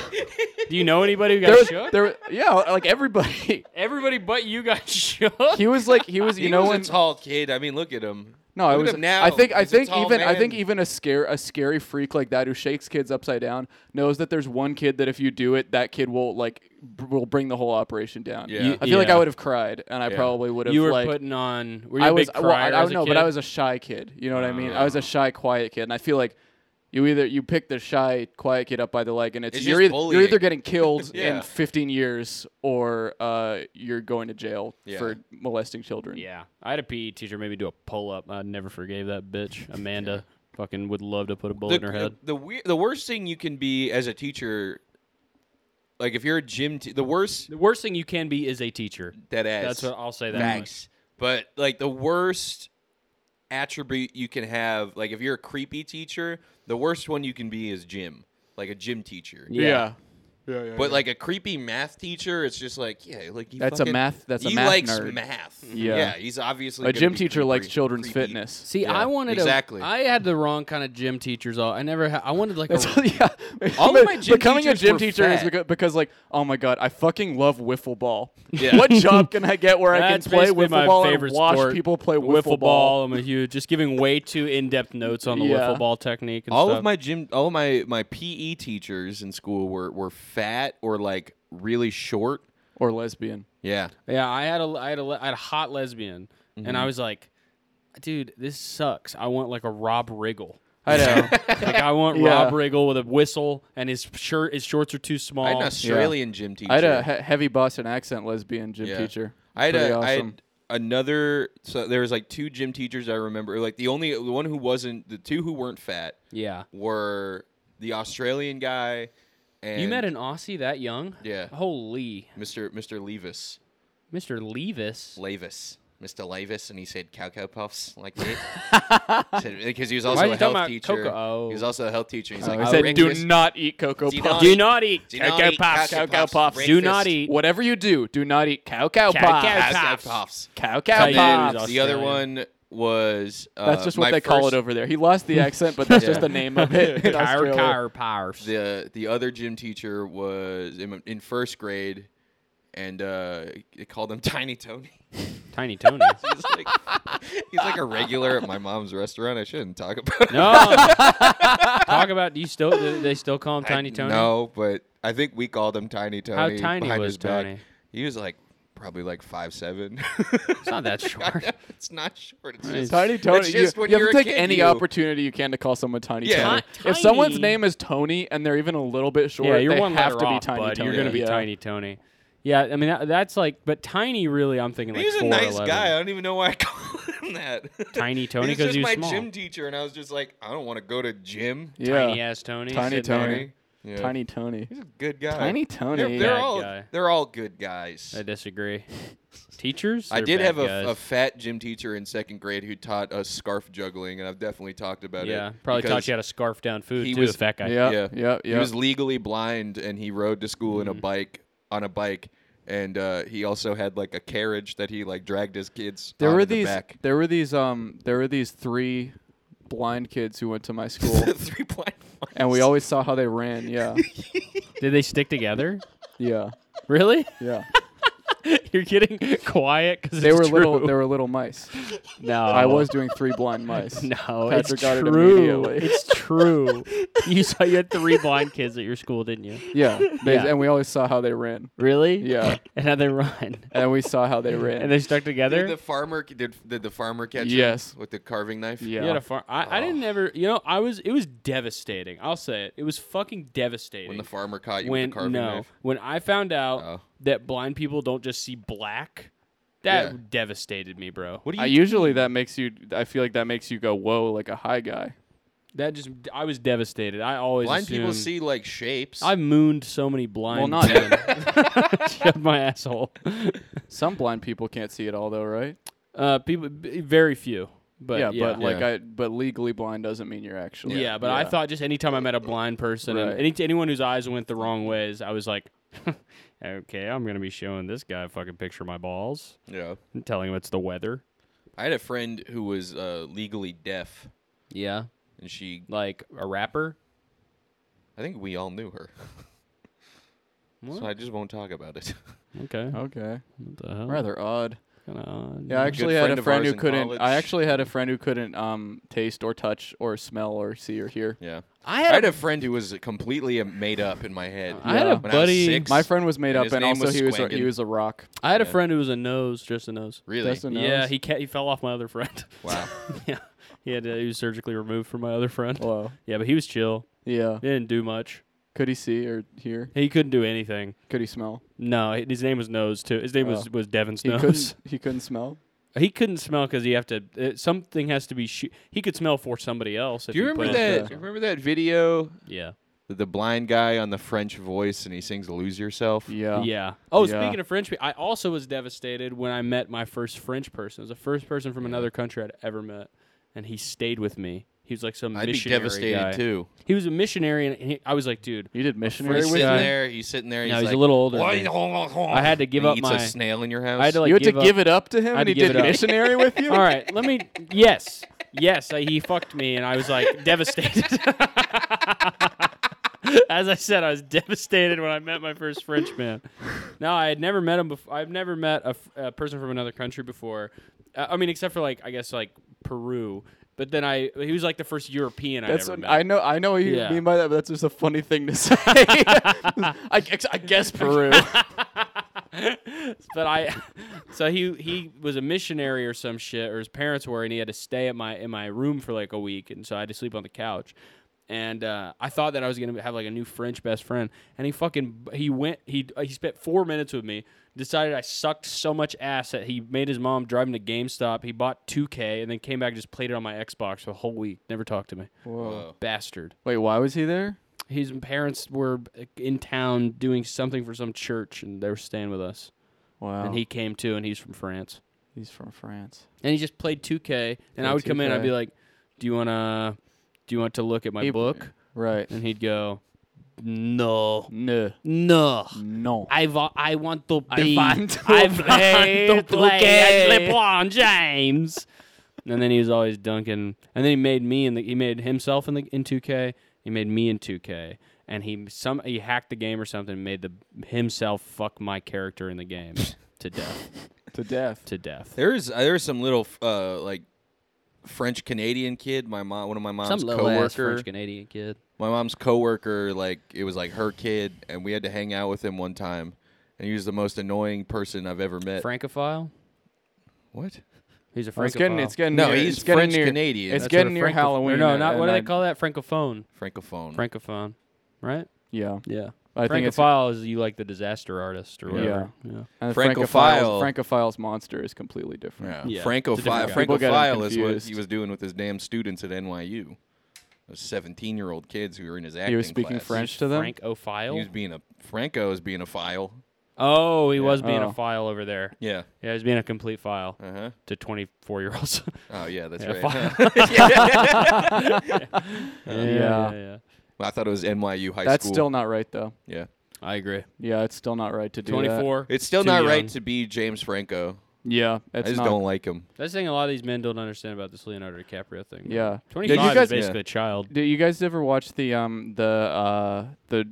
S5: [laughs] you know anybody who got
S6: there was,
S5: shook?
S6: there, was- yeah, like everybody. [laughs]
S5: Everybody but you got [laughs] shook.
S6: He was like, he was, you
S4: He
S6: know,
S4: was
S6: when
S4: a tall kid. I mean, look at him.
S6: No, I
S4: Look
S6: was.
S4: At him now.
S6: I think. I
S4: He's a
S6: think
S4: tall
S6: even. I think
S4: man.
S6: even a scare a scary freak like that who shakes kids upside down knows that there's one kid that if you do it, that kid will like b- will bring the whole operation down.
S4: Yeah. You-
S6: I feel like
S5: yeah.
S6: I would have cried, and I probably would have.
S5: you were
S6: like,
S5: putting on. Were you
S6: I
S5: a
S6: was.
S5: big
S6: well, I,
S5: crier
S6: I
S5: as
S6: don't
S5: a
S6: know,
S5: kid? Oh.
S6: but I was a shy kid. You know what I mean? I was a shy, quiet kid, and I feel like. You either you pick the shy, quiet kid up by the leg, and it's,
S4: It's
S6: you're
S4: just
S6: either
S4: bullying.
S6: you're either getting
S5: [laughs]
S6: killed
S4: Yeah.
S6: in 15 years or uh, you're going to jail
S4: Yeah.
S6: for molesting children.
S5: Yeah, I had a PE teacher maybe do a pull up. I never forgave that
S6: [laughs]
S5: bitch, Amanda. Fucking would love to put a bullet in her
S4: the,
S5: head.
S4: The, the, weir- the worst thing you can be as a teacher like if you're a gym, te- the worst
S5: The worst thing you can be is a teacher.
S4: that ass.
S5: That's what I'll say. That much.
S4: Thanks. But like the worst attribute you can have, like if you're a creepy teacher, the worst one you can be is gym, like a gym teacher.
S5: Yeah.
S6: Yeah. Yeah, yeah,
S4: But like a creepy math teacher, it's just like yeah, like he
S6: Mm-hmm. That's a
S4: fucking-
S6: math- that's a
S4: he
S6: math
S4: likes
S6: nerd.
S4: math.
S6: Yeah.
S4: he's obviously
S6: a
S4: gonna
S6: gym
S4: be
S6: teacher
S4: creepy-
S6: likes children's
S4: creepy.
S6: fitness.
S5: See, I wanted to-
S4: exactly.
S5: I had the wrong kind of gym teachers. All I never. Ha- I wanted like. a,
S6: [laughs] yeah.
S4: All of my gym
S6: becoming a
S4: teachers
S6: gym
S4: were
S6: teacher is
S4: fat.
S6: because, because like, oh my god, I fucking love wiffle ball.
S4: Yeah.
S6: what job can I get where I can
S5: That's
S6: play
S5: basically
S6: wiffle
S5: my
S6: ball
S5: favorite
S6: and watch
S5: sport.
S6: people play
S5: wiffle,
S6: wiffle,
S5: ball. I'm a huge. Just giving way too in-depth notes on the
S6: Yeah.
S5: wiffle ball technique. And
S4: All
S5: stuff.
S4: of my gym, all of my my PE teachers in school were were fat or like really short.
S6: or lesbian?
S4: Yeah,
S5: Yeah, I had a I had a le- I had a hot lesbian, and
S6: Mm-hmm.
S5: I was like, dude, this sucks. I want like a Rob Riggle.
S6: I know.
S5: Like I want
S6: [laughs] Yeah.
S5: Rob Riggle with a whistle, and his shirt, his shorts are too small.
S4: I had an Australian gym teacher.
S6: I had a he- heavy Boston accent lesbian gym
S4: Yeah.
S6: teacher.
S4: I had,
S6: Pretty
S4: a, I
S6: awesome.
S4: had another. So there was like two gym teachers I remember. Like the only the one who wasn't the two who weren't fat
S5: yeah,
S4: were the Australian guy and
S5: you met an Aussie that young?
S4: Yeah.
S5: Holy,
S4: Mr. Mr. Levis,
S5: Mister Levis.
S4: Levis, Mr. Levis, and he said cow cow puffs like me because he was also
S5: Why are you
S4: a
S5: talking
S4: health
S5: about
S4: teacher.
S5: cocoa? Oh.
S4: He was also a health teacher. He's like, "Oh,
S6: I Oh, said,
S4: "Rick,
S6: do
S4: this-
S6: not eat cocoa
S4: Do
S6: puffs.
S4: not-
S5: Do not eat
S4: do not
S5: Cocoa
S4: eat
S5: Puffs.
S4: Cocoa
S6: Cocoa
S5: [laughs]
S4: Puffs.
S6: Puffs.
S5: Do not
S4: Breakfast.
S5: eat.
S6: Whatever you do, do not eat cow cow
S5: Cow
S6: puffs.
S5: cow
S4: Cow cow
S5: puffs.
S4: puffs.
S6: Cow
S5: Cow
S6: cow
S4: And
S5: cow.
S4: then
S6: puffs.
S4: the other one was uh,
S6: That's just what
S4: my
S6: they call it
S4: first-
S6: over there. He lost the accent, but that's
S4: Yeah.
S6: just the name
S4: [laughs]
S6: of it. in
S5: Kyre
S6: Australia.
S5: Kyre Powers.
S4: the the other gym teacher was in, in first grade, and uh, they called him [laughs] Tiny Tony. [laughs]
S5: Tiny Tony.
S4: He's like, he's like a regular at my mom's restaurant. I shouldn't talk about it.
S5: no. Talk about do you still? do They still call him Tiny Tony.
S4: No, but I think we called him Tiny Tony.
S5: tiny
S4: behind
S5: was
S4: his back.
S5: Tony?
S4: He was like probably like five seven. [laughs]
S5: it's not that short.
S4: it's not short. It's
S5: Nice.
S4: just,
S6: Tiny Tony.
S4: It's
S6: You,
S4: just when
S6: you have
S4: you're
S6: to
S4: a
S6: take
S4: kid,
S6: any
S4: you-
S6: opportunity you can to call someone Tiny
S4: Yeah.
S6: Tony.
S5: Ti-
S6: If someone's
S5: tiny.
S6: name is Tony and they're even a little bit short,
S5: yeah, you're
S6: they
S5: one
S6: have
S5: letter
S6: to be
S5: off,
S6: Tiny
S5: bud.
S6: Tony.
S5: You're gonna be
S6: Yeah.
S5: Tiny Tony. Yeah, I mean that, that's like, but Tiny really, I'm thinking like
S4: He's a
S5: 4'11".
S4: nice guy. I don't even know why I [laughs] call him that. [laughs]
S5: Tiny Tony
S4: He's
S5: 'cause
S4: just
S5: he was
S4: my
S5: small.
S4: gym teacher, and I was just like, I don't want to go to gym.
S6: Yeah.
S5: Tiny ass Tony.
S6: Tiny
S5: sitting there.
S6: Tony.
S4: Yeah.
S6: Tiny Tony.
S4: He's a good guy.
S6: Tiny Tony.
S4: They're, they're
S5: Bad
S4: all
S5: guy.
S4: they're all good guys.
S5: I disagree. Teachers?
S4: I
S5: They're
S4: did
S5: bad
S4: have
S5: guys.
S4: a, a fat gym teacher in second grade who taught us scarf juggling, and I've definitely talked about it.
S5: yeah, probably
S4: because
S5: taught you how to scarf down food
S4: he
S5: too.
S4: was-
S5: a fat guy.
S6: Yeah,
S4: Yeah.
S6: yeah, yeah.
S4: He was legally blind, and he rode to school
S6: Mm.
S4: in a bike on a bike, and uh, he also had like a carriage that he like dragged his kids.
S6: there
S4: onto
S6: were
S4: the
S6: these.
S4: back. [laughs]
S6: There were these. Um, there were these three blind kids who went to my school, [laughs]
S4: three blind. ones.
S6: and we always saw how they ran. [laughs] Yeah,
S5: Did they stick together? [laughs]
S6: yeah,
S5: Really? [laughs]
S6: [laughs] yeah.
S5: You're getting [laughs]
S4: [laughs]
S5: quiet because
S6: They were little. They were little mice.
S5: no,
S6: I was doing three blind mice.
S5: [laughs] No,
S6: Patrick
S5: it's
S6: got it
S5: true.
S6: immediately.
S5: it's true. [laughs] You saw you had three blind kids at your school, didn't you?
S6: Yeah, they,
S5: [laughs] Yeah.
S6: and we always saw how they ran.
S5: Really?
S6: Yeah,
S5: [laughs] And how they run?
S6: and we saw [laughs] how they ran.
S5: And they stuck together.
S4: Did the farmer did, did the farmer catch him
S6: Yes.
S4: with the carving knife?
S6: yeah.
S5: You had a farm. I, I didn't
S4: Oh.
S5: ever. You know, I was. It was devastating. I'll say it. It was fucking devastating.
S4: When the farmer caught you with
S5: When-
S4: the carving
S5: no,
S4: knife.
S5: when I found out
S4: Oh.
S5: that blind people don't just see black, that
S4: Yeah.
S5: devastated me, bro.
S4: What do you?
S6: I usually that makes you. I feel like that makes you go whoa like a high guy.
S5: That just. I was devastated. I always
S4: blind people
S5: assumed-
S4: see like shapes.
S5: I mooned so many blind.
S6: Well,
S5: [laughs]
S6: not [laughs]
S5: men. Shut my asshole.
S6: Some blind people can't see it all though, right?
S5: Uh, people, b- very few. But
S6: yeah,
S5: yeah,
S6: but like
S4: Yeah.
S6: I but legally blind doesn't mean you're actually.
S5: Yeah, but I thought just anytime I met a blind person and
S6: Right.
S5: any, anyone whose eyes went the wrong ways, I was like, [laughs] okay, I'm going to be showing this guy a fucking picture of my balls
S4: yeah.
S5: and telling him it's the weather.
S4: I had a friend who was uh, legally deaf,
S5: Yeah.
S4: and she.
S5: Like a rapper?
S4: I think we all knew her. [laughs] so I just won't talk about it. [laughs]
S5: Okay.
S6: Okay.
S5: What the hell?
S6: Rather odd.
S5: Kinda-
S6: Yeah, I actually
S4: friend
S6: had a
S4: of
S6: friend
S4: ours
S6: who
S4: in
S6: couldn't.
S4: college.
S6: I actually had a friend who couldn't um taste or touch or smell or see or hear.
S4: yeah.
S5: I
S4: I
S5: had,
S4: had
S5: a,
S4: a friend who was completely made up in my head.
S5: I had a
S4: when
S5: buddy-
S4: I was six,
S6: My friend was made
S4: And
S6: up,
S4: his
S6: and
S4: name
S6: also
S4: was
S6: he was a,
S4: Squankin.
S6: he was a rock.
S5: I had a friend who was a nose, just a nose.
S4: Really?
S6: Just a nose.
S5: Yeah, he ca- he fell off my other friend. [laughs]
S4: Wow.
S5: yeah, he had to, he was surgically removed from my other friend.
S6: Whoa.
S5: Yeah, but he was chill.
S6: Yeah.
S5: He didn't do much.
S6: Could he see or hear?
S5: He couldn't do anything.
S6: Could he smell?
S5: No, his name was Nose too. His name was
S6: Oh.
S5: was Devin's
S6: He
S5: Nose. [laughs]
S6: couldn't. He couldn't smell.
S5: He couldn't smell because he have to. Uh, something has to be. Sh- he could smell for somebody else. If
S4: Do you
S5: he
S4: remember
S5: put it-
S4: that?
S6: Yeah.
S4: do you remember that video
S5: Yeah.
S4: the blind guy on the French voice and he sings Lose Yourself.
S6: Yeah.
S5: Yeah. Oh,
S6: Yeah.
S5: speaking of French people, I also was devastated when I met my first French person. It was the first person from another country I'd ever met, and he stayed with me. He was like some
S4: I'd be
S5: missionary
S4: devastated
S5: guy.
S4: too.
S5: He was a missionary, and he, I was like, dude,
S6: You did missionary.
S5: Very
S4: He's
S5: with
S4: sitting
S5: you.
S4: there. He's sitting there. he's
S5: No, he's a
S4: like,
S5: little older than me.
S4: I
S5: [laughs] I had to give
S4: he
S5: up
S4: eats
S5: my-
S4: a snail in your house.
S5: I had to like
S6: you had to
S5: give up-
S6: give it up to him,
S5: I had
S6: and he
S5: to give
S6: did
S5: it up.
S6: missionary
S5: [laughs]
S6: with you.
S5: All right, let me. Yes, yes, I, he fucked me, and I was like devastated. [laughs] As I said, I was devastated when I met my first French man. No, I had never met him before. I've never met a, f- a person from another country before. Uh, I mean, except for like I guess like Peru. But then I, he was like the first European I
S6: That's
S5: ever
S6: what,
S5: met.
S6: I know. I know what you
S5: Yeah.
S6: mean by that, but that's just a funny
S5: [laughs]
S6: thing to say. [laughs] I, guess- I guess Peru.
S5: [laughs] but I, [laughs] so he he was a missionary or some shit, or his parents were, and he had to stay at my in my room for like a week, and so I had to sleep on the couch. And uh, I thought that I was gonna have like a new French best friend, and he fucking he went he uh, he spent four minutes with me. Decided I sucked so much ass that he made his mom drive him to GameStop. He bought 2K and then came back and just played it on my Xbox for the whole week. Never talked to me.
S4: Whoa.
S5: Bastard.
S6: Wait, why was he there?
S5: His parents were uh, in town doing something for some church, and they were staying with us.
S6: Wow.
S5: And he came too, and he's from France.
S6: he's from France.
S5: And he just played 2K, and I
S6: Played
S5: would come in, I'd be
S6: 2K.
S5: like, "Do you wanna, do you want to look at my
S6: He-
S5: book?"
S6: Right.
S5: And he'd go, "No,
S6: No.
S5: no,
S6: No.
S5: I want, I want to be,
S6: want
S5: [laughs]
S6: to
S5: I want
S6: play
S5: to play as
S6: 2K."
S5: LeBron James." and then he was always dunking, and then he made me in the, he made himself in the in 2K, he made me in 2K, and he some he hacked the game or something, and made the himself fuck my character in the game to death,
S6: to death.
S5: to death.
S4: There's there's some little uh, like French Canadian kid. My mom, one of my mom's
S5: ass
S4: coworker.
S5: French Canadian kid.
S4: My mom's coworker, like it was like her kid, and we had to hang out with him one time. And he was the most annoying person I've ever met.
S5: Francophile.
S4: what?
S5: He's a Francophile.
S6: It's getting. It's getting.
S4: No,
S6: near,
S4: he's
S6: it's getting
S4: French
S6: near-
S4: Canadian.
S6: It's
S4: That's
S6: getting near
S5: Franco- or
S6: Halloween.
S5: No,
S6: and-
S5: not what do
S6: and
S5: they
S6: I-
S5: call that? Francophone.
S4: Francophone.
S5: Francophone, right?
S6: Yeah.
S5: Yeah.
S6: I think it's
S5: Francophile is you like the disaster artist or whatever. Yeah.
S6: and
S4: Francophile.
S6: Francophile's monster is completely different.
S4: yeah.
S5: Yeah. It's a
S4: Francophile.
S5: different guy.
S6: People get him
S4: Francophile is what
S6: confused.
S4: he was doing with his damn students at NYU. Those seventeen-year-old kids who were in his acting.
S6: He was speaking
S4: class.
S6: French to them.
S5: Francophile.
S4: He was being a Franco is being a file.
S5: oh, he was being
S6: Oh.
S5: a file over there.
S4: Yeah.
S5: Yeah, he was being a complete file
S4: Uh huh.
S5: to twenty four year [laughs] olds.
S4: Oh yeah, that's
S5: Yeah,
S4: right. [laughs]
S5: yeah,
S6: Yeah.
S4: I thought it was NYU high
S6: That's
S4: school.
S6: still not right though.
S4: yeah.
S5: I agree.
S6: Yeah, it's still not right to do that.
S5: Twenty four.
S4: It's still
S5: Too
S4: not
S5: young.
S4: right to be James Franco.
S6: Yeah,
S4: I
S6: it's
S4: just
S6: not.
S4: don't like him.
S5: That's the thing a lot of these men don't understand about this Leonardo DiCaprio thing.
S6: Yeah.
S5: Twenty
S6: Did
S5: five
S6: you guys
S5: is basically a child.
S6: Did you guys ever watch the um the uh the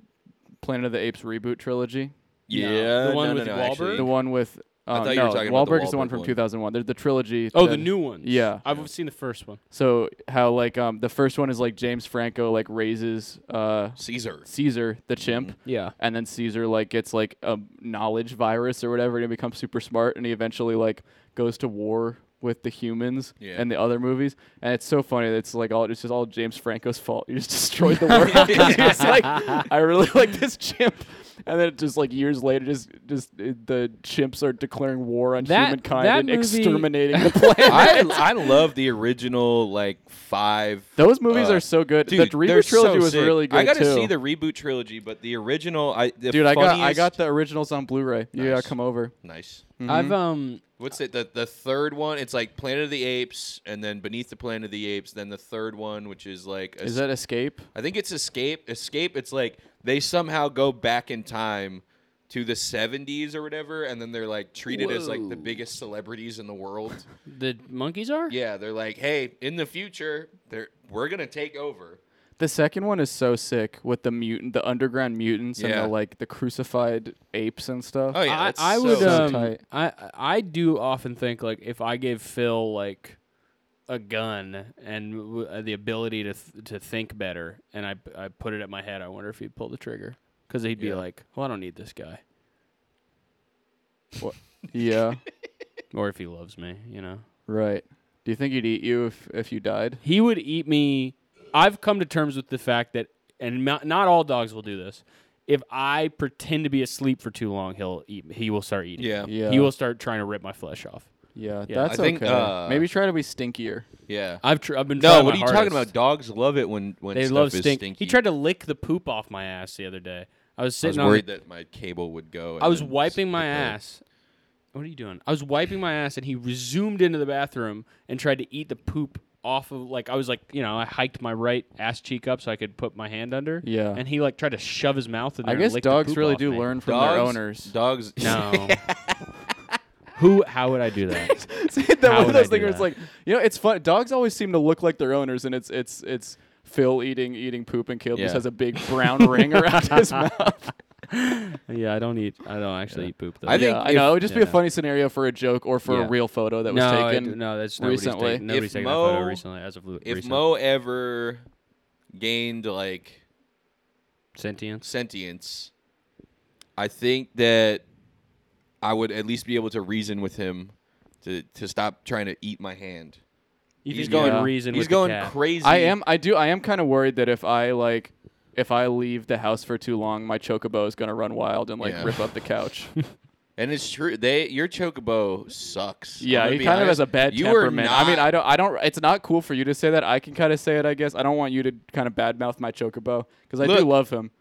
S6: Planet of the Apes reboot trilogy?
S5: Yeah, the one with Wahlberg?
S4: actually.
S6: The one with uh,
S4: I thought
S6: no,
S4: you were talking
S6: Wahlberg
S4: about the
S6: is the one
S4: Wahlberg
S6: from
S4: one.
S6: 2001. They're the trilogy.
S5: Oh, the
S6: then-
S5: new ones.
S6: Yeah.
S5: I've seen the first one.
S6: So how like um the first one is like James Franco like raises uh
S4: Caesar.
S6: [laughs] Caesar the chimp.
S5: Yeah.
S6: and then Caesar like gets like a knowledge virus or whatever, and he becomes super smart, and he eventually like goes to war with the humans
S4: Yeah.
S6: and the other movies. And it's so funny. that It's like all it's just all James Franco's fault. You just [laughs] destroyed the
S5: [laughs]
S6: world. He's just like I really like this chimp. And then just like years later, just just uh, the chimps are declaring war on
S5: That-
S6: humankind
S5: that
S6: and
S5: movie- [laughs]
S6: exterminating the planet.
S4: I I love the original like five.
S6: Those movies
S4: uh,
S6: are so good.
S4: Dude,
S6: the
S4: they're
S6: reboot
S4: so
S6: trilogy was
S4: sick.
S6: really good
S4: I gotta
S6: too.
S4: see the reboot trilogy, but the original, I the
S6: Dude, I got I
S4: funniest-
S6: got Hmm. the originals on Blu-ray. You
S4: Nice.
S6: gotta come over.
S4: nice.
S5: I've um
S4: What's it? The the third one? It's like Planet of the Apes, and then Beneath the Planet of the Apes, then the third one, which is like a
S6: Is that Escape?
S4: I think it's Escape. Escape. It's like they somehow go back in time to the 70s or whatever, and then they're like treated as like the biggest celebrities in the world.
S5: the monkeys are?
S4: yeah, they're like, hey, in the future, they're, we're gonna take over.
S6: The second one is so sick with the mutant, the underground mutants, and
S4: Yeah.
S6: the like the crucified apes and stuff.
S4: Oh yeah,
S5: I,
S4: that's
S5: I
S4: so
S5: would
S4: sick.
S5: um,
S6: tight.
S5: I I do often think like if I gave Phil like a gun and w- uh, the ability to th- to think better and I I put it at my head I wonder if he'd pull the trigger cuz he'd be
S4: Yeah.
S5: like well I don't need this guy
S6: Yeah, [laughs]
S5: or if he loves me you know
S6: right. Do you think he'd eat you if, if you died?
S5: he would eat me I've come to terms with the fact that and not, not all dogs will do this if I pretend to be asleep for too long he'll eat me. he will start eating
S4: yeah.
S6: Yeah.
S5: he will start trying to rip my flesh off
S6: Yeah,
S5: Yeah, I
S6: that's
S4: think,
S6: okay.
S4: uh,
S6: Maybe try to be stinkier.
S4: Yeah.
S5: I've tr- I've been
S4: no,
S5: trying
S4: what
S5: my
S4: are you talking
S5: hardest.
S4: about? Dogs love it when when
S5: They
S4: stuff
S5: love
S4: is
S5: stink.
S4: stinky.
S5: He tried to lick the poop off my ass the other day.
S4: I
S5: I was
S4: was
S5: sitting on.
S4: worried that my cable would go.
S5: I
S4: and
S5: was
S4: then
S5: wiping my
S4: stick it.
S5: ass. What are you doing? I was wiping my ass, and he resumed into the bathroom and tried to eat the poop off of like I was like you know I hiked my right ass cheek up so I could put my hand under.
S6: Yeah.
S5: and he like tried to shove his mouth in there.
S6: I
S5: and
S6: guess
S5: lick the
S6: dogs
S5: poop
S6: really
S5: off
S6: do
S5: me.
S6: learn from
S4: Dogs,
S6: their owners.
S4: Dogs.
S5: No. Who? How would I do that?
S6: [laughs] See, that
S5: How
S6: one of
S5: would I
S6: those things
S5: do
S6: where it's
S5: that?
S6: like, you know, it's fun. Dogs always seem to look like their owners, and it's it's it's Phil eating eating poop, and Caleb
S4: Yeah.
S6: just has a big brown
S5: [laughs]
S6: ring around his mouth.
S5: yeah, I don't eat. I don't actually eat poop.
S4: [laughs]
S5: Though.
S4: I think
S6: yeah, I know. It would just be
S5: yeah.
S6: a funny scenario for a joke or for
S5: Yeah.
S6: a real photo that was
S5: no,
S6: taken.
S5: it- no, that's
S6: recently.
S5: Nobody's, taken- nobody's
S4: If
S5: taken that photo
S4: Mo-
S5: recently as of
S4: If
S5: recent.
S4: Mo ever gained like
S5: sentience.
S4: sentience, I think that I would at least be able to reason with him to to stop trying to eat my hand.
S5: You
S4: He's
S5: think
S4: going
S5: you could reason.
S4: He's
S5: with the
S4: going
S5: cat.
S4: crazy.
S6: I am. I do. I am kind of worried that if I like, if I leave the house for too long, my chocobo is gonna run wild and like
S4: Yeah.
S6: rip up
S4: [laughs]
S6: the couch.
S4: and it's true. They your chocobo sucks. I'm
S6: yeah,
S4: gonna
S6: he
S4: be
S6: kind of
S4: honest.
S6: has a bad
S4: you are
S6: temperament. I mean,
S4: not-
S6: I don't. I don't. It's not cool for you to say that. I can kind of say it. I guess I don't want you to kind of badmouth my chocobo because I do
S4: Look.
S6: love him.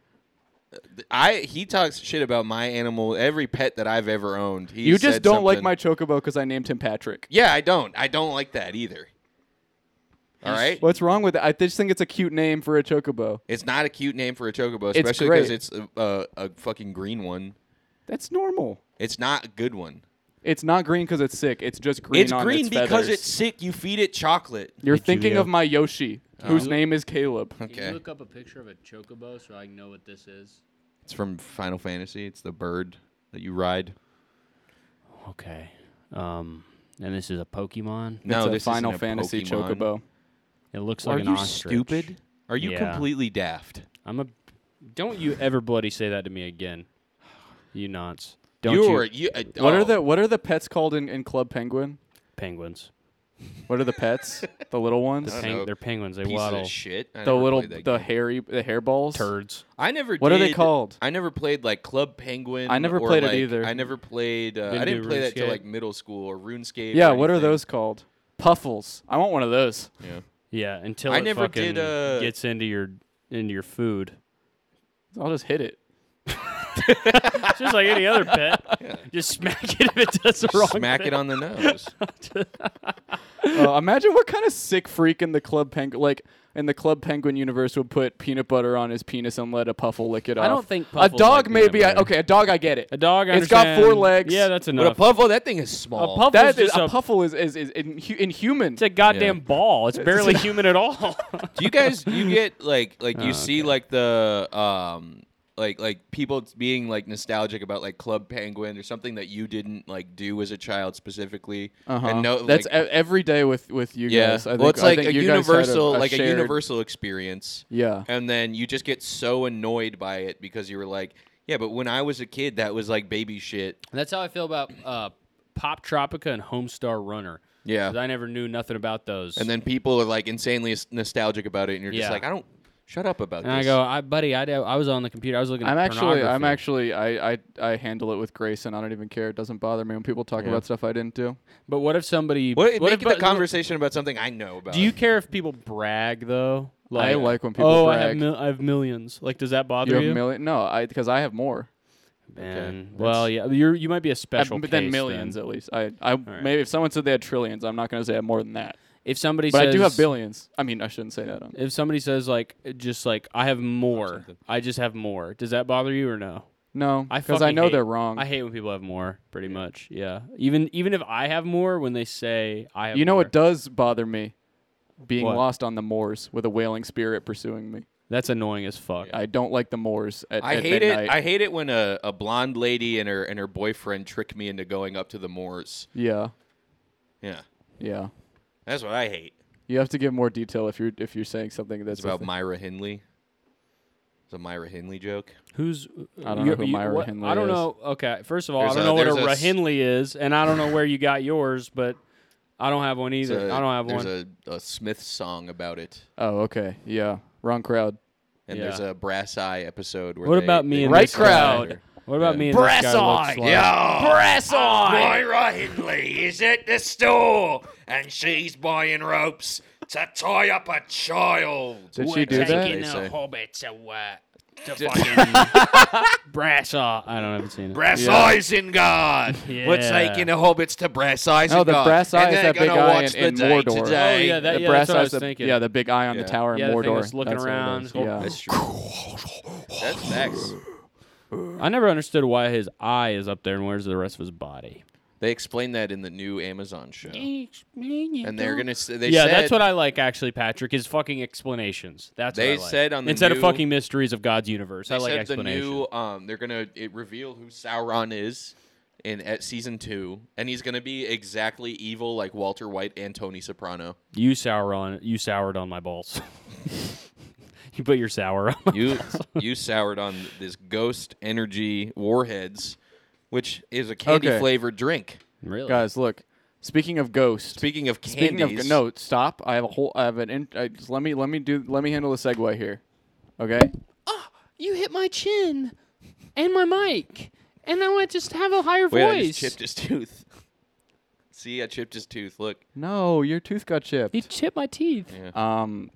S4: I he talks shit about my animal, every pet that I've ever owned. He
S6: You just
S4: said
S6: don't like
S4: something-
S6: my chocobo because I named him Patrick.
S4: Yeah, I don't. I don't like that either. All right,
S6: What's wrong with it? I just think it's a cute name for a chocobo.
S4: it's not a cute name for a chocobo,
S6: It's
S4: especially because
S6: great.
S4: it's a, a, a fucking green one.
S6: That's normal.
S4: It's not a good one.
S6: It's not green because it's sick. It's just green.
S4: it's
S6: on
S4: green
S6: its
S4: because
S6: feathers.
S4: it's sick. You feed it chocolate.
S6: You're
S5: Hey,
S6: thinking
S5: Julio.
S6: of my Yoshi,
S4: Uh,
S6: whose name is Caleb.
S4: Okay,
S5: up a picture of a chocobo so I know what this is?
S4: it's from Final Fantasy. It's the bird that you ride.
S5: Okay. Um, and this is a Pokemon.
S4: No,
S6: it's
S4: this
S6: a Final
S4: isn't a
S6: Fantasy
S4: Pokemon.
S6: chocobo.
S5: It looks
S4: Are
S5: like an
S4: you
S5: ostrich.
S4: stupid? Are you
S5: Yeah.
S4: completely daft?
S5: I'm a. Don't you ever bloody say that to me again, [sighs] you nonce. Don't
S4: you
S5: you,
S4: are you? I-
S6: What
S4: oh.
S6: are the what are the pets called in, in Club Penguin?
S5: penguins?
S6: What are
S4: [laughs]
S6: the pets? the little ones?
S4: I don't
S5: Peng-
S4: know.
S5: they're penguins. They
S4: pieces
S5: waddle.
S4: of shit? I
S6: the
S4: never
S6: little
S4: played that
S6: the
S4: game.
S6: hairy the hairballs?
S5: Turds.
S4: I never.
S6: What are they
S4: did-
S6: called?
S4: I never played like Club Penguin.
S6: I never
S4: or,
S6: played it
S4: like-
S6: either.
S4: I never played. Uh,
S5: Didn't
S4: I didn't
S5: do
S4: play that till
S5: RuneScape.
S4: like middle school or RuneScape.
S6: Yeah,
S4: or
S6: what are
S4: anything.
S6: those called? Puffles. I want one of those. [laughs]
S4: Yeah.
S5: Yeah, until
S4: I
S5: it
S4: never
S5: fucking
S4: did, uh,
S5: gets into your into your food.
S6: I'll just
S4: [laughs]
S6: hit it.
S5: It's just like any [laughs] other pet. Just smack it if it does the wrong
S4: Smack it on the
S6: [laughs]
S4: nose.
S6: Uh, imagine what kind of sick freak in the Club Penguin like in the Club Penguin universe would put peanut butter on his penis and let a puffle lick it off.
S5: I don't think
S6: a
S5: puffles
S6: dog
S5: like peanut
S6: maybe. I,
S5: butter.
S6: okay, a dog I get it.
S5: A dog. I
S6: It's got four
S5: understand.
S6: legs.
S5: Yeah, that's
S4: but a
S5: enough.
S4: puffle, that thing is
S5: A
S4: small.
S5: puffle's
S6: That is,
S5: just
S6: a
S5: a,
S6: puffle is is, is inhu- inhuman.
S5: It's a goddamn
S4: Yeah.
S5: ball. It's barely [laughs] human at all.
S4: Do you guys? You get like like you see like the um like like people being like nostalgic about like Club Penguin or something that you didn't like do as a child specifically.
S6: Uh-huh.
S4: And no,
S6: that's
S4: like,
S6: e- every day with with you
S4: yeah.
S6: guys. I think,
S4: well, it's
S6: I
S4: like
S6: think
S4: a
S6: you guys had
S4: universal like a
S6: shared-
S4: universal experience.
S6: Yeah,
S4: and then you just get so annoyed by it because you were like, yeah, but when I was a kid, that was like baby shit.
S5: That's how I feel about uh, Pop Tropica and Homestar Runner.
S4: Yeah.
S5: 'Cause I never knew nothing about those.
S4: And then people are like insanely s- nostalgic about it, and you're
S5: Yeah.
S4: just like, I don't shut up about
S5: And I
S4: this.
S5: go, I, buddy, I, do- I was on the computer. I was looking. At
S6: I'm actually I'm
S5: pornography."
S6: actually I, I I handle it with grace and I don't even care. It doesn't bother me when people talk about stuff I didn't do.
S5: But what if somebody?
S4: what,
S5: what
S4: make
S5: if,
S4: the [laughs] conversation about something I know about.
S5: Do you care if people brag though?
S6: I like when people
S5: oh, I have
S6: brag.
S5: mil- I have millions. Like, does that bother
S6: you
S5: you?
S6: have million? No, I because I have more.
S5: Man, well, yeah, you're you might be a special.
S6: but then
S5: case
S6: millions at least. I I maybe if someone said they had trillions, I'm not going to say I have more than that.
S5: If somebody
S6: But
S5: says,
S6: I do have billions. I mean, I shouldn't say that. On.
S5: If somebody says like, just like I have more, I just have more. Does that bother you or no?
S6: No,
S5: I
S6: because I
S5: fucking
S6: know
S5: hate-
S6: they're wrong.
S5: I hate when people have more, pretty much. Yeah. Even even if I have more, when they say I have
S6: you know
S5: more,
S6: what does bother me? Being
S5: What?
S6: lost on the moors with a wailing spirit pursuing me.
S5: that's annoying as fuck.
S6: I don't like the moors at,
S4: I
S6: at
S4: hate
S6: midnight.
S4: it. I hate it when a, a blonde lady and her and her boyfriend trick me into going up to the moors.
S6: yeah,
S4: Yeah,
S6: yeah.
S4: that's what I hate
S6: You have to give more detail if you're if you're saying something that's
S4: It's about
S6: within-
S4: Myra Hindley. It's a Myra Hindley joke.
S5: Who's
S6: I don't know who Myra
S5: what-
S6: Hindley
S5: I don't
S6: is.
S5: know. Okay, first of all,
S4: There's
S5: I
S4: a-
S5: don't know
S4: there's
S5: what
S4: a
S5: a
S4: s-
S5: Rahindley is, and I don't know where you got yours, but I don't have one either.
S4: I
S5: I don't have one.
S4: There's a, a Smith song about it,
S6: Oh, okay. Yeah. Wrong crowd.
S4: and
S5: Yeah.
S4: there's a Brass Eye episode where
S5: What
S4: they-
S5: about me
S4: they
S5: and
S4: make
S5: this
S4: fun of
S5: crowd?
S4: her.
S5: What about
S4: Yeah.
S5: me and Press this guy on,
S3: Press on! Moira Hindley is at the store and she's buying ropes to tie up a child.
S6: Did she do that?
S4: taking They say.
S3: hobbits away. To fucking
S5: Brassaw. I don't haven't seen it.
S3: Brass Isengard.
S5: We're taking
S4: the hobbits to Brass Isengard.
S6: Oh, the brass eye is that big eye in, in Mordor.
S5: Oh, yeah, that-
S6: the
S5: yeah,
S6: brass
S5: that's what I
S6: eye
S5: was
S6: is the-
S5: thinking.
S6: Yeah, the big eye on
S4: Yeah.
S6: the tower in
S5: Yeah, the
S6: Mordor.
S5: thing that's looking
S6: what it
S5: around.
S6: is, Yeah.
S4: That's true. That's next.
S5: I never understood why his eye is up there and where's the rest of his body.
S4: They explained that in the new Amazon show, and they're gonna. s- They
S5: yeah,
S4: said,
S5: that's what I like actually, Patrick. Is fucking explanations. That's
S4: They
S5: what I like.
S4: said on the
S5: instead
S4: new-
S5: of fucking mysteries of God's universe.
S4: They
S5: I like
S4: said the
S5: explanations.
S4: new. Um, they're gonna it reveal who Sauron is in at season two, and he's gonna be exactly evil like Walter White and Tony
S6: [laughs]
S4: Soprano.
S5: You sour on you soured on my balls. [laughs] you put your sour on. my-
S4: You you soured on this ghost energy warheads, which is a candy
S6: Okay.
S4: flavored drink.
S5: really?
S6: Guys, look. Speaking of ghosts.
S4: Speaking of candies,
S6: Speaking of no, stop. I have a whole. I have an. In, I, just let me let me do let me handle the segue here. Okay.
S5: you hit my chin and my mic, and now I just have a higher
S4: Wait, I just chipped his tooth. [laughs] See, I chipped his tooth. Look,
S6: No, your tooth got chipped.
S5: chipped my teeth.
S6: Um.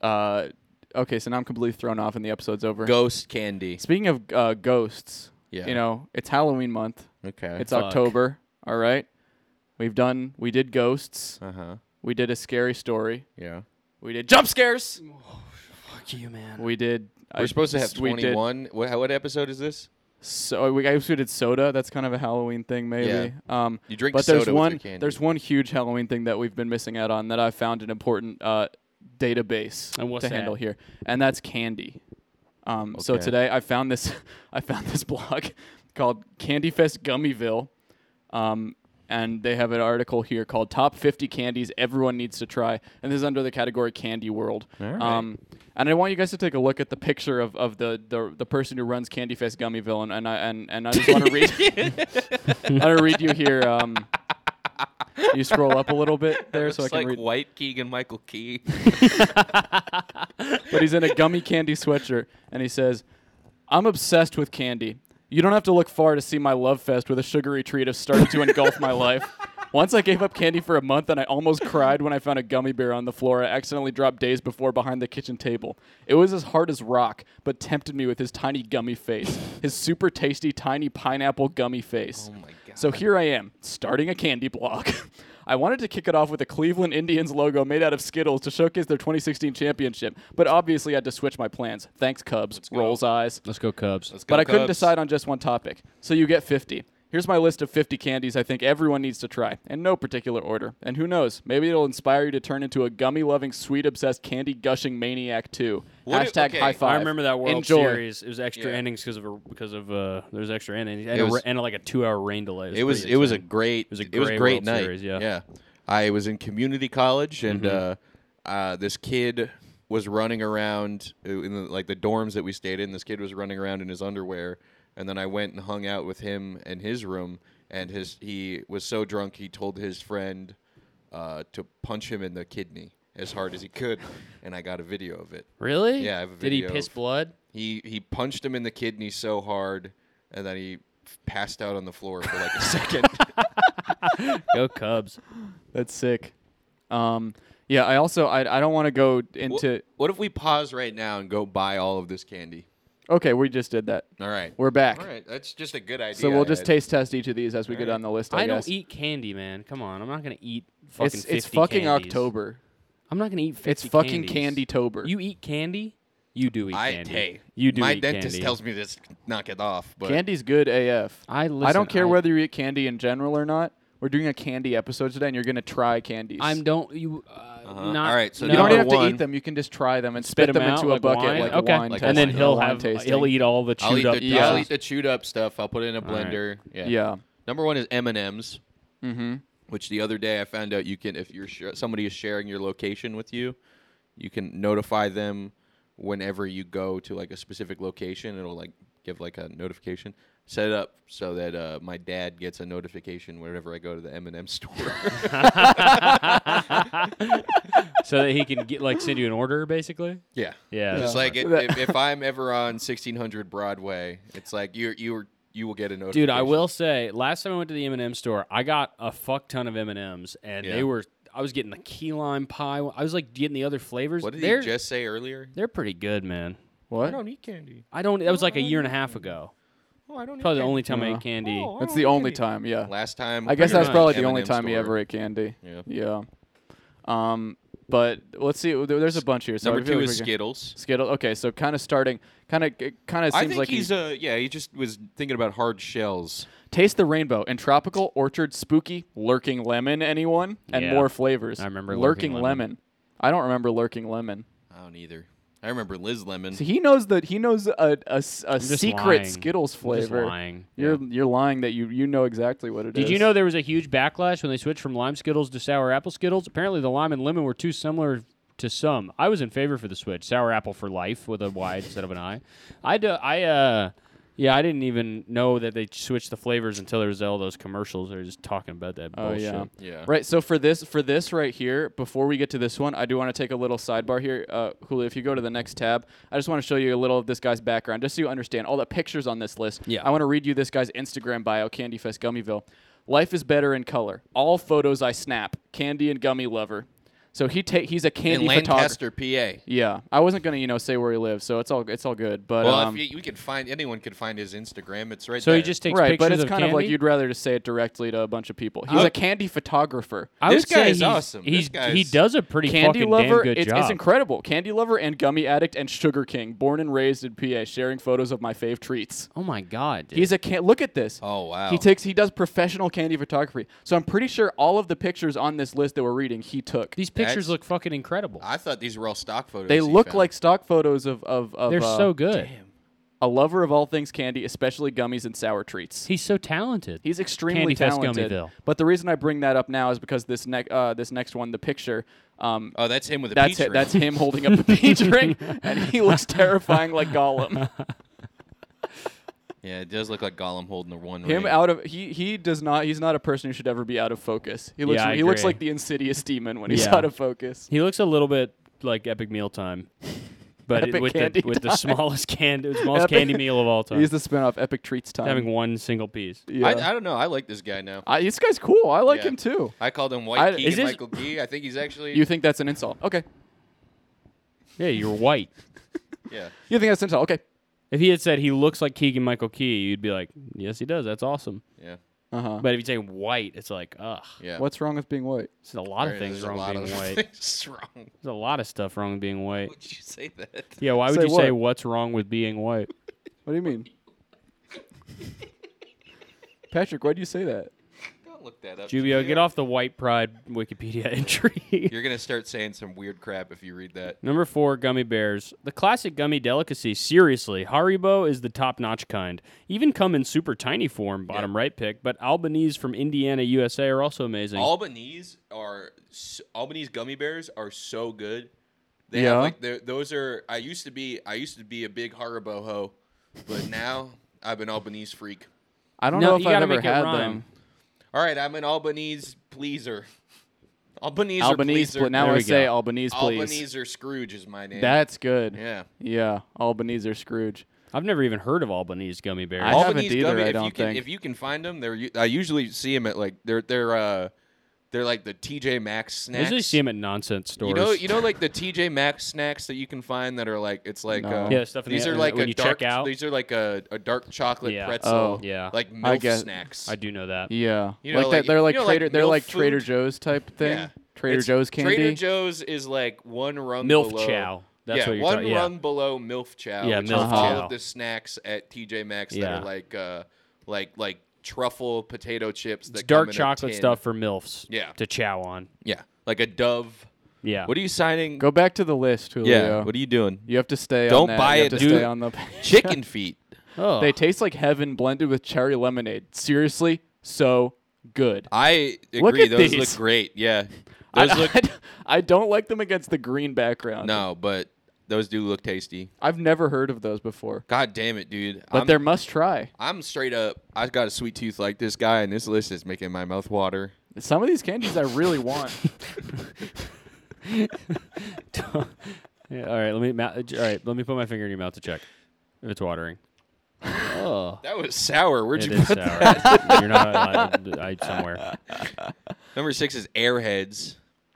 S6: Uh. Okay, so now I'm completely thrown off, and the episode's over.
S4: ghost candy.
S6: Speaking of uh, ghosts,
S4: Yeah.
S6: you know it's Halloween month.
S4: Okay.
S6: It's
S5: Fuck.
S6: October. All right. We've done. We did ghosts.
S4: uh huh.
S6: We did a scary story.
S4: Yeah.
S6: We did jump scares.
S5: Oh, Fuck you, man.
S6: We did.
S4: We're supposed to have
S6: we did
S4: 21. What, what episode is this?
S6: So we I guess we did soda. That's kind of a Halloween thing, maybe. Um,
S4: You drink
S6: but there's
S4: soda with
S6: one
S4: your candy.
S6: there's one huge Halloween thing that we've been missing out on that I found an important uh, database
S5: And what's
S6: to
S5: that?
S6: handle here, and that's candy. Um, So
S4: Okay.
S6: today I found this [laughs] I found this blog called Candy Fest Gummyville, um, and they have an article here called "Top 50 Candies Everyone Needs to Try," and this is under the category Candy World. Um, and I want you guys to take a look at the picture of, of the, the the person who runs Candy Fest Gummyville, and and I and, and I just want to
S4: [laughs]
S6: read [laughs] I'm gonna read you here. Um, you scroll up a little bit there so I
S4: Looks
S6: can
S4: like
S6: read.
S4: White Keegan Michael Key.
S6: But he's in a gummy candy sweatshirt, and he says, "I'm obsessed with candy. You don't have to look far to see my love fest with a sugary treat have started to engulf my life." Once I gave up candy for a month and I almost cried when I found a gummy bear on the floor I accidentally dropped days before behind the kitchen table. It was as hard as rock, but tempted me with his tiny gummy face. His super tasty tiny pineapple gummy face. Oh my god. So here I am, starting a candy blog. [laughs] I wanted to kick it off with a Cleveland Indians logo made out of Skittles to showcase their 2016 championship, but obviously I had to switch my plans. Thanks, Cubs. Rolls eyes.
S5: Let's go Cubs.
S4: Let's go,
S6: But I couldn't
S4: Cubs.
S6: decide on just one topic. So you get 50. Here's my list of 50 candies I think everyone needs to try, in no particular order. And who knows, maybe it'll inspire you to turn into a gummy loving, sweet obsessed, candy gushing maniac too.
S4: What if-
S6: Hashtag
S4: okay, I
S6: high five.
S5: I remember that World
S6: Enjoy.
S5: Series. It was extra
S4: Yeah.
S5: innings because of a, because of uh, there was extra innings and,
S4: It
S5: a,
S4: was-
S5: ra- and like a two hour rain delay.
S4: It was
S5: pretty
S4: it was a
S5: insane.
S4: great it
S5: was a great World
S4: night.
S5: Series, yeah.
S4: yeah. I was in community college and uh, uh, this kid was running around uh, in the, like the dorms that we stayed in. This kid was running around in his underwear, and then I went and hung out with him in his room. And his he was so drunk he told his friend uh, to punch him in the kidney as hard as he could, and I got a video of it.
S5: really
S4: Yeah, I have a
S5: did he
S4: video
S5: piss
S4: of-
S5: blood?
S4: He he punched him in the kidney so hard, and then he passed out on the floor for like a second.
S5: Go Cubs.
S6: That's sick. Um, yeah, I also I, I don't want to go
S4: Wh-
S6: into.
S4: What if we pause right now and go buy all of this candy?
S6: Okay, we just did that.
S4: All right.
S6: We're back.
S4: All right. That's just a good idea.
S6: So we'll just
S4: Ed.
S6: taste test each of these as we go down the list. I,
S5: I don't
S6: guess.
S5: eat candy, man. Come on, I'm not gonna eat fucking.
S6: It's it's
S5: 50
S6: fucking
S5: candies.
S6: October.
S5: I'm not gonna eat. 50
S6: It's fucking
S5: candies.
S6: candy tober.
S5: You eat candy? You do eat
S4: I
S5: candy.
S4: hey,
S5: you do
S4: My
S5: eat
S4: dentist
S5: candy.
S4: tells me to s- knock it off, but
S6: Candy's good AF.
S5: I listen,
S6: I don't care
S5: I,
S6: whether you eat candy in general or not. We're doing a candy episode today, and you're gonna try candies.
S5: I'm don't you uh, not.
S4: Uh-huh. All right, so
S5: no.
S6: you don't
S4: Number
S6: even have to
S4: one.
S6: eat them. You can just try them and
S5: spit
S6: spit them,
S5: out
S6: into a
S5: like
S6: bucket
S5: wine?
S6: like
S5: okay.
S6: wine. tasting,
S5: and then
S6: like
S5: he'll
S6: wine
S5: have
S6: tasting.
S5: he'll eat all the chewed
S4: I'll eat,
S5: up.
S4: the,
S6: Yeah.
S4: I'll eat the chewed up stuff. I'll put it in a
S5: right.
S4: blender. Yeah.
S6: Yeah.
S4: Number one is M and M's.
S5: Mm-hmm.
S4: Which the other day I found out you can if you're sh- somebody is sharing your location with you, you can notify them whenever you go to like a specific location. It'll like give like a notification. Set it up so that uh, my dad gets a notification whenever I go to the M and M [laughs] store.
S5: so that he can get like send you an order, basically.
S4: Yeah.
S5: Yeah,
S4: It's
S5: that's
S4: like it, if, if I'm ever on 1600 Broadway, it's like you you were you will get a notification.
S5: Dude, I will say, last time I went to the M and M store, I got a fuck ton of M and M's, and
S4: Yeah.
S5: they were. I was getting the key lime pie. I was like getting the other flavors.
S4: What did
S5: they're,
S4: you just say earlier?
S5: They're pretty good, man.
S6: What?
S4: eat candy.
S5: I don't. That was like a year and a half ago.
S4: Oh, I don't.
S5: Probably the only time I
S6: Yeah.
S5: ate candy.
S6: That's the only time. Yeah.
S4: Last time.
S6: I guess
S4: we were
S6: that's
S4: at
S6: probably the
S4: M&M
S6: only time he
S4: store.
S6: ever ate candy.
S4: Yeah.
S6: Yeah. Um, but let's see. there- There's a bunch here. So
S4: Number
S6: I feel
S4: two
S6: like
S4: is
S6: we can-
S4: Skittles.
S6: Skittle. Okay, so kind of starting, kind of, kind of seems
S4: I think
S6: like
S4: he's
S6: he,
S4: uh yeah. He just was thinking about hard shells.
S6: taste the rainbow and tropical orchard spooky lurking lemon. Anyone and
S5: Yeah.
S6: more flavors.
S5: I remember
S6: lurking,
S5: lurking
S6: lemon.
S5: lemon.
S6: I don't remember lurking lemon.
S4: I don't either. I remember Liz Lemon.
S6: So he knows that he knows a, a, s- a
S5: just
S6: secret
S5: lying.
S6: Skittles
S5: I'm just
S6: flavor.
S5: lying.
S6: You're you're lying that you you know exactly what it is.
S5: Did you know there was a huge backlash when they switched from lime Skittles to sour apple Skittles? Apparently, the lime and lemon were too similar to some. I was in favor for the switch. Sour apple for life with a Y instead of an I. I do, I uh yeah, I didn't even know that they switched the flavors until there was all those commercials. They're just talking about that
S6: Oh
S5: bullshit.
S6: yeah.
S4: Yeah.
S6: Right. So for this for this right here, before we get to this one, I do want to take a little sidebar here. Uh, Julio, if you go to the next tab, I just want to show you a little of this guy's background, just so you understand all the pictures on this list.
S5: Yeah.
S6: I want to read you this guy's Instagram bio, Candy Fest Gummyville. Life is better in color. All photos I snap. Candy and gummy lover. So he ta- he's a
S4: in
S6: candy
S4: Lancaster,
S6: photographer.
S4: PA.
S6: Yeah, I wasn't gonna you know say where he lives, so it's all it's all good. But
S4: Well,
S6: um,
S4: if you, you could find anyone could find his Instagram. It's right
S5: So
S4: there.
S5: he just takes
S6: right,
S5: pictures
S6: but it's
S5: of
S6: kind
S5: candy?
S6: of like you'd rather just say it directly to a bunch of people. He's
S4: Oh.
S5: I-
S6: a candy photographer.
S5: I
S4: This
S5: would say
S4: guy is
S5: he's-
S4: awesome. This
S5: He's,
S4: guy
S5: he
S4: is-
S5: does a pretty
S6: Candy
S5: fucking
S6: lover,
S5: damn good
S6: it's,
S5: job.
S6: it's incredible. Candy lover and gummy addict and sugar king, born and raised in PA, sharing photos of my fave treats.
S5: Oh my god, dude.
S6: He's a can. Look at this.
S4: Oh, wow.
S6: He takes. He does professional candy photography. So I'm pretty sure all of the pictures on this list that we're reading, he took.
S5: these pictures
S4: That's-
S5: look fucking incredible.
S4: I thought these were all stock photos.
S6: they
S4: he
S6: look
S4: found.
S6: like stock photos of of, of
S5: They're
S6: uh,
S5: so good.
S6: a lover of all things candy, especially gummies and sour treats.
S5: He's so talented.
S6: He's extremely
S5: Candy Fest
S6: talented.
S5: Gummyville.
S6: But the reason I bring that up now is because this next uh, this next one, the picture, um,
S4: Oh, that's him with a
S6: that's
S4: peach
S6: it,
S4: ring.
S6: that's him holding [laughs] up a peach ring, and he looks terrifying like
S5: [laughs]
S6: Gollum.
S4: Yeah, it does look like Gollum holding the one
S6: Him
S4: ring.
S6: out of he he does not he's not a person who should ever be out of focus. He looks
S5: Yeah, I
S6: he looks
S5: agree.
S6: like the insidious demon when he's
S5: Yeah.
S6: out of focus.
S5: He looks a little bit like Epic Meal Time, but it-
S6: Epic
S5: with
S6: Candy
S5: the with the
S6: Time.
S5: smallest candy, smallest
S6: Epic-
S5: candy meal of all time,
S6: He's the spinoff Epic Treats time.
S5: having one single piece.
S6: yeah.
S4: I, I don't know. I like this guy now.
S6: I- this guy's cool. I like
S4: Yeah.
S6: him too.
S4: I called him
S6: I-
S4: White
S6: is
S4: Key and
S5: this-
S4: Michael Key. I think he's actually.
S6: You think that's an insult? Okay.
S5: Yeah, you're white.
S4: yeah.
S6: You think that's an insult? Okay.
S5: If he had said he looks like Keegan Michael Key, you'd be like, yes, he does. That's awesome.
S4: Yeah.
S6: Uh huh.
S5: But if you say white, it's like, ugh.
S4: Yeah.
S6: What's wrong with being white?
S5: There's a lot of
S4: There-
S5: things
S4: there's a
S5: wrong
S4: lot
S5: being
S4: of [laughs]
S5: white.
S4: things wrong.
S5: There's a lot of stuff wrong with
S4: [laughs]
S5: being white.
S4: Would you say that?
S5: Yeah, why would
S6: Say
S5: you say
S6: what?
S5: what's wrong with being white?
S6: What do you mean? Patrick, why do you say that?
S4: Don't look that up.
S5: Jubio, get off the white pride Wikipedia [laughs] entry.
S4: You're gonna start saying some weird crap if you read that.
S5: Number four, gummy bears. The classic gummy delicacy. Seriously, Haribo is the top notch kind. Even come in super tiny form, bottom right pick, but Albanese from Indiana, USA are also amazing.
S4: Albanese are s- Albanese gummy bears are so good. They
S6: Yeah.
S4: have like they're- those are. I used to be I used to be a big Haribo ho, but now I'm an Albanese freak.
S6: I don't
S5: No,
S6: know if
S5: you
S6: I've
S5: gotta
S6: ever
S5: make it
S6: had
S5: rhyme.
S6: them.
S4: All right, I'm an Albanese pleaser. Albanese
S6: Albanese,
S4: pleaser.
S6: pl- now
S5: There
S6: I
S5: we
S6: say
S5: go.
S6: Albanese, please.
S4: Albanese Scrooge is my name.
S6: That's good.
S4: yeah.
S6: Yeah, Albanese or Scrooge.
S5: I've never even heard of Albanese gummy bears.
S6: I haven't
S4: Albanese
S6: either,
S4: gummy.
S6: I
S4: if you
S6: don't
S4: can,
S6: think.
S4: if you can find them, they're u- I usually see them at like they're they're uh they're like the TJ Maxx
S5: I
S4: snacks.
S5: usually see them at nonsense stores.
S4: You know, you know, like the TJ Maxx snacks that you can find that are like it's like
S6: No.
S4: uh,
S5: Yeah, stuff in
S4: these
S5: the-
S4: are like
S5: when
S4: a
S5: you
S4: dark,
S5: check out.
S4: These are like a, a dark chocolate
S5: Yeah.
S4: pretzel.
S6: Oh.
S5: Yeah.
S4: like
S6: I
S4: milk
S6: guess-
S4: snacks.
S5: I do know that.
S6: Yeah,
S4: You know,
S6: like, that.
S4: like-
S6: They're
S4: you
S6: like
S4: know, like
S6: Trader. they're
S4: milk
S6: like Trader
S4: food?
S6: Joe's type thing.
S4: Yeah.
S6: Trader
S4: It's-
S6: Joe's candy.
S4: Trader Joe's is like one rung
S5: Milf
S4: below.
S5: Chow. That's
S4: yeah,
S5: what you're
S4: one
S5: talking- yeah.
S4: rung below milf chow.
S5: Yeah,
S4: which
S5: Milf
S4: is all
S5: Chow.
S4: of the snacks at TJ Maxx
S5: Yeah.
S4: that are like uh like like truffle potato chips. That
S5: It's dark
S4: come in a
S5: chocolate
S4: tin.
S5: stuff for MILFs
S4: Yeah.
S5: to chow on.
S4: Yeah, like a Dove.
S5: Yeah.
S4: What are you signing?
S6: Go back to the list, Julio.
S4: yeah. What are you doing?
S6: you have to stay. on
S4: Don't
S6: that.
S4: buy
S6: you have
S4: it,
S6: To
S4: dude. [laughs]
S6: stay on the.
S4: Chicken feet.
S5: oh.
S6: they taste like heaven blended with cherry lemonade. Seriously, so good.
S4: I agree.
S6: Look at
S4: Those
S6: these.
S4: look great.
S6: [laughs]
S4: Yeah.
S6: I,
S4: Those [laughs] look
S6: I d- I don't like them against the green background.
S4: no, but those do look tasty.
S6: I've never heard of those before.
S4: God damn it, dude.
S6: But
S4: I'm,
S6: they're must try.
S4: I'm straight up. I've got a sweet tooth like this guy, and this list is making my mouth water.
S6: Some of these candies I
S4: [laughs]
S6: really want.
S5: [laughs] uh, yeah, all right, let me ma- all right, let me put my finger in your mouth to check. If it's watering.
S4: That was sour. Where'd
S5: It
S4: you
S5: is
S4: put
S5: sour. You're not allowed I, somewhere.
S4: Number six is Airheads.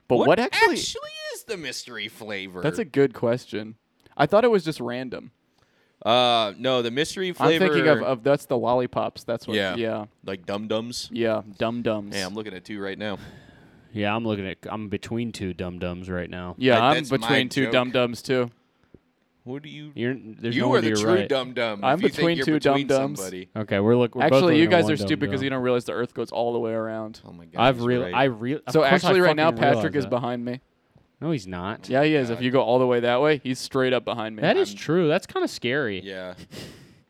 S6: But what, actually,
S4: is the mystery flavor?
S6: That's a good question. I thought it was just random.
S4: uh no, the mystery flavor.
S6: I'm thinking of, uh, of that's the lollipops. That's what.
S4: Yeah.
S6: Yeah.
S4: like dum dums.
S6: Yeah. Dum dums.
S4: Yeah, I'm looking at two right now.
S5: Yeah, I'm looking at. I'm between two dum dums right now.
S6: Yeah,
S4: Like,
S6: I'm
S4: that's my
S6: between two
S4: joke.
S6: dum dums too.
S4: What do you?
S5: You're, there's
S4: you
S5: no
S4: are
S5: one
S4: the
S5: to your
S4: true
S5: right.
S4: dum dum.
S6: I'm
S4: if you think
S6: between
S4: you're
S6: two
S4: between
S6: dums.
S4: Somebody.
S5: Okay, we're look. We're both
S6: Actually, you
S5: looking at
S6: guys
S5: one
S6: are stupid
S5: dum-dum.
S6: because you don't realize the Earth goes all the way around.
S4: Oh my god.
S5: I've
S4: he's
S5: real.
S4: right.
S5: I real. of
S6: so
S5: course I
S6: actually, right now
S5: fucking realized
S6: Patrick is
S5: that.
S6: behind me.
S5: No, he's not.
S6: Yeah, he is. If you go all the way that way, he's straight up behind me.
S5: That is true. That's kind of scary.
S6: [laughs]
S4: Yeah.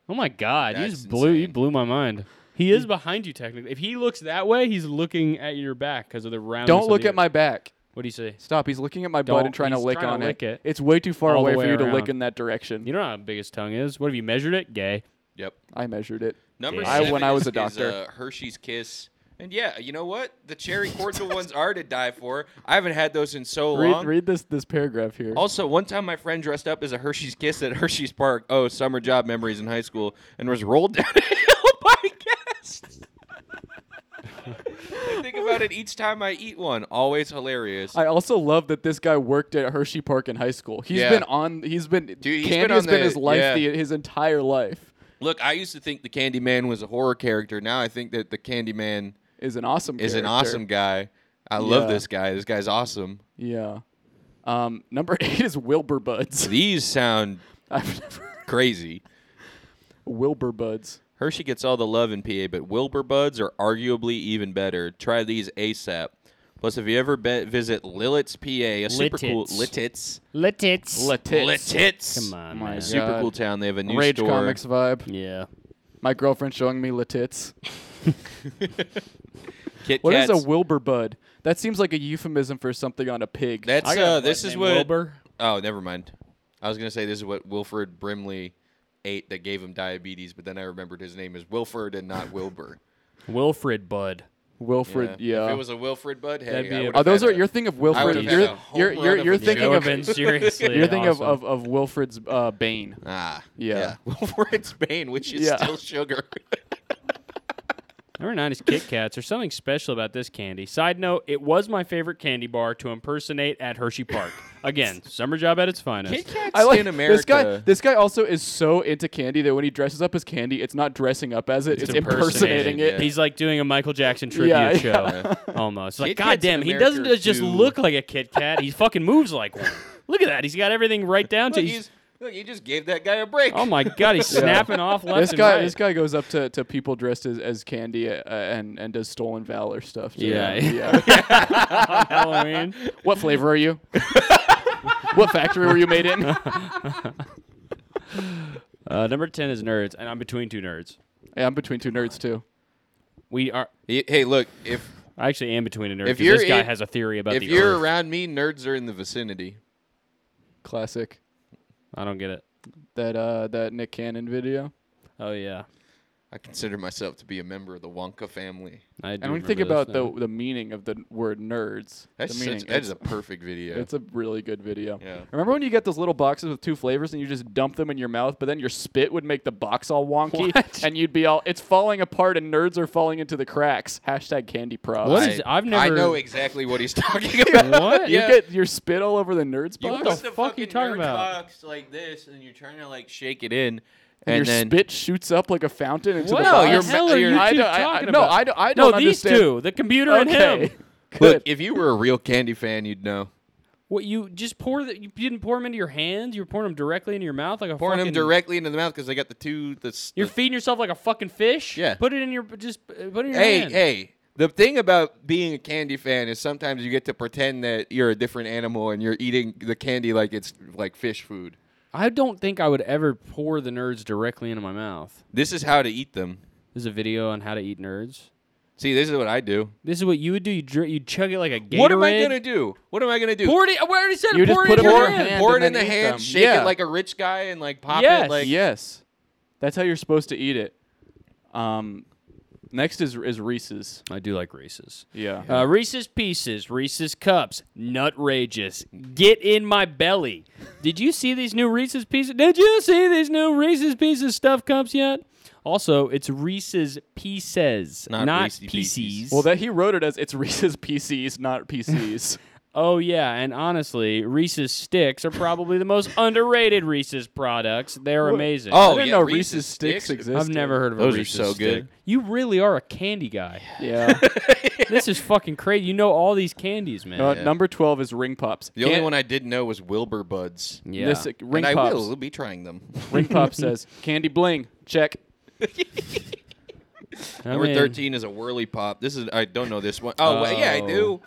S5: Oh my god, you
S4: That's
S5: just blew you
S4: insane.
S5: blew my mind. He is behind you technically. If he looks that way, he's looking at your back because of the round.
S6: Don't look at my back.
S5: What do you say?
S6: Stop. He's looking at my butt
S5: Don't-
S6: and trying to
S5: he's
S6: lick
S5: trying to
S6: on
S5: lick it.
S6: It's way too far
S5: All
S6: away
S5: the
S6: for
S5: way
S6: you to
S5: around.
S6: lick in that direction.
S5: You know how big his tongue is. What have you measured it? Gay.
S4: Yep.
S6: I measured it.
S4: Number
S5: I-
S4: seven
S6: when I was
S4: is-
S6: a
S4: is,
S6: doctor.
S4: uh, Hershey's Kiss. And yeah, you know what? The cherry cordial ones are to die for. I haven't had those in so long.
S6: Read, read this this paragraph here.
S4: Also, one time my friend dressed up as a Hershey's Kiss at Hershey's Park. Oh, summer job memories in high school, and was rolled [laughs] down a hill by guests. [laughs] I think about it each time I eat one. Always hilarious.
S6: I also love that this guy worked at Hershey Park in high school. He's
S4: Yeah.
S6: been on. He's been.
S4: he's
S6: candy
S4: been
S6: has
S4: on
S6: been
S4: the-
S6: his life.
S4: yeah.
S6: The, his entire life
S4: Look, I used to think the Candyman was a horror character. Now I think that the Candyman
S6: is an awesome.
S4: is an
S6: character.
S4: awesome guy. I love
S6: Yeah.
S4: this guy. This guy's awesome.
S6: Yeah. Um, number [laughs] eight is Wilbur Buds. [laughs]
S4: These sound
S6: I've never-
S4: crazy.
S6: Wilbur Buds.
S4: Hershey gets all the love in PA, but Wilbur Buds are arguably even better. Try these ASAP. Plus, if you ever be- visit Lilith's PA, a super cool Lititz,
S5: Litits.
S6: Latits.
S4: Lititz,
S5: Come on,
S6: My
S5: man.
S6: God.
S4: super cool town. They have a new
S6: Rage
S4: store.
S6: Comics vibe.
S5: Yeah.
S6: My girlfriend showing me Latits.
S4: Kit
S6: What is
S4: Kats.
S6: a Wilbur Bud? That seems like a euphemism for something on a pig.
S4: That's
S5: I got
S4: uh,
S5: a
S4: this
S5: friend
S4: is
S5: named
S4: what.
S5: Wilbur.
S4: Oh, never mind. I was gonna say this is what Wilfred Brimley ate that gave him diabetes, but then I remembered his name is Wilfred and not Wilbur.
S5: Wilfred Bud.
S6: [laughs] Wilfred. Yeah.
S4: If it was a Wilfred Bud, hey,
S5: That'd be
S4: I
S5: a-
S4: would've
S6: oh, those
S4: had
S6: are
S4: a-
S6: you're thinking of
S4: I
S6: Wilfred.
S4: would've had
S6: You're
S4: a home
S6: you're
S4: run
S6: you're,
S4: of
S6: you're
S4: a
S6: thinking of
S5: Joven, seriously.
S6: you're thinking
S5: awesome.
S6: of, of of Wilfred's uh, Bane.
S4: Ah,
S6: Yeah.
S4: [laughs] Wilfred's Bane, which is
S6: Yeah.
S4: still sugar. [laughs]
S5: Number nine is Kit Kats. There's something special about this candy. Side note, it was my favorite candy bar to impersonate at Hershey Park.
S4: [laughs]
S5: Again, summer job at its finest.
S4: Kit Kats
S6: I like
S4: in America.
S6: this guy. This guy also is so into candy that when he dresses up as candy, it's not dressing up as it; it's, impersonating
S4: impersonating
S6: it.
S4: it.
S5: He's like doing a Michael Jackson tribute
S6: Yeah, yeah.
S5: show
S4: [laughs]
S5: almost. Like,
S4: Kit Kats
S5: God damn,
S4: in
S5: he doesn't
S4: America are
S5: just
S4: too-
S5: look like a Kit Kat. He fucking moves like one. Look at that. He's got everything right down to
S4: look,
S5: he's,
S4: he's, look, you just gave that guy a break.
S5: [laughs] Oh my God,
S4: [laughs]
S5: he's snapping off left
S6: This
S5: and
S6: guy,
S5: right.
S6: this guy goes up to, to people dressed as, as candy uh, and and does stolen valor stuff. to
S5: Yeah.
S6: them. yeah. [laughs]
S5: on [laughs]
S4: [laughs]
S5: Halloween.
S6: what flavor are you? [laughs] what factory were you made in? [laughs] yeah,
S5: Uh, number 10 is Nerds, and I'm between two nerds.
S6: I'm between two nerds too.
S5: We are.
S4: He- Hey, look, if
S5: I actually am between a nerd
S4: If
S5: because
S4: you're
S5: this guy
S4: in-
S5: has a theory about
S4: if
S5: the
S4: you're
S5: Earth.
S4: around me, nerds are in the vicinity.
S6: Classic.
S5: I don't get it.
S6: That uh that Nick Cannon video.
S5: Oh yeah,
S4: I consider myself to be a member of the Wonka family.
S5: I do
S6: And when you
S5: remember
S6: think
S5: this
S6: about
S5: now.
S6: the the meaning of the word nerds,
S4: That's
S6: the
S4: such,
S6: meaning
S4: that
S6: it's,
S4: is a perfect video.
S6: it's a really good video.
S4: Yeah.
S6: Remember when you get those little boxes with two flavors and you just dump them in your mouth, but then your spit would make the box all wonky
S5: What?
S6: and you'd be all it's falling apart and nerds are falling into the cracks. Hashtag candy props.
S5: What is- I've
S4: I
S5: never-
S4: know exactly what he's talking about.
S5: what?
S6: You
S4: Yeah.
S6: get your spit all over the nerds
S4: You
S6: box?
S4: put
S5: the fuck you
S4: fucking
S5: talking
S4: nerd
S5: about?
S4: box like this, and you're trying to like shake it in,
S6: and,
S4: and,
S6: your
S4: then
S6: spit shoots up like a fountain into
S5: What
S6: the
S5: the
S6: box.
S4: you're-
S5: hell are
S4: you're-
S5: you
S6: I
S5: two
S6: don't- I-
S5: talking
S6: no,
S5: about?
S6: I don't- I
S5: no,
S6: don't
S5: these
S6: understand.
S5: two, the computer
S6: [laughs]
S5: and
S6: Okay.
S5: him.
S4: look. If you were a real candy fan, you'd know.
S5: What you just pour the, You didn't pour them into your hands. You were pouring them directly into your mouth like a
S4: Pouring
S5: fucking.
S4: them directly into the mouth because they got the two. The, s-
S5: You're
S4: the-
S5: feeding yourself like a fucking fish.
S4: Yeah.
S5: Put it in your just uh, put it in your
S4: hey,
S5: hand.
S4: hey. The thing about being a candy fan is sometimes you get to pretend that you're a different animal and you're eating the candy like it's like fish food.
S5: I don't think I would ever pour the nerds directly into my mouth.
S4: This is how to eat them.
S5: There's a video on how to eat nerds.
S4: See, this is what I do.
S5: This is what you would do. You dr- you chug it like a Gatorade.
S4: What am I gonna do? What am I gonna do?
S5: Pour it. In, I already said
S6: You
S5: it.
S6: just
S5: Pour it
S6: put
S5: in
S6: it in
S5: your
S6: your
S5: hand.
S6: hand.
S4: pour it
S6: and
S4: in the
S6: then eat
S4: hand,
S6: them.
S4: shake
S6: Yeah.
S4: it like a rich guy, and like pop
S5: Yes.
S4: it like.
S6: Yes. That's how you're supposed to eat it. Um next is is Reese's.
S5: I do like Reese's.
S6: Yeah.
S5: Uh, Reese's Pieces, Reese's Cups, Nutrageous. Get in my belly. Did you see these new Reese's Pieces? Did you see these new Reese's Pieces stuffed cups yet? Also, it's Reese's Pieces,
S4: Not
S5: not,
S4: Reese's Pieces.
S5: Pieces.
S6: Well, that he wrote it as it's Reese's PCs, not [laughs] PCs.
S5: oh yeah, and honestly, Reese's sticks are probably the most underrated Reese's products. They're amazing.
S4: Oh,
S6: I didn't
S4: yeah,
S6: know
S4: Reese's
S6: Reese's,
S4: Sticks?
S6: sticks,
S4: I've
S6: existed.
S5: I've
S6: [laughs]
S5: never heard of
S4: Those
S5: a
S4: are
S5: Reese's
S4: so good.
S5: stick. You really are a
S4: [laughs]
S5: candy guy.
S6: Yeah.
S5: this is fucking crazy. You know all these candies, man. [laughs]
S6: Uh, number twelve is Ring Pops.
S4: The only one I didn't know was Wilbur Buds.
S5: yeah.
S6: This, uh, ring
S4: and I
S6: Pops. [laughs]
S4: will be trying them.
S6: Ring Pop says candy bling. Check.
S5: [laughs] I
S4: Number
S5: mean,
S4: thirteen is a whirly pop. This is I don't know this one. Oh, wait, yeah, I
S5: Oh.
S4: do.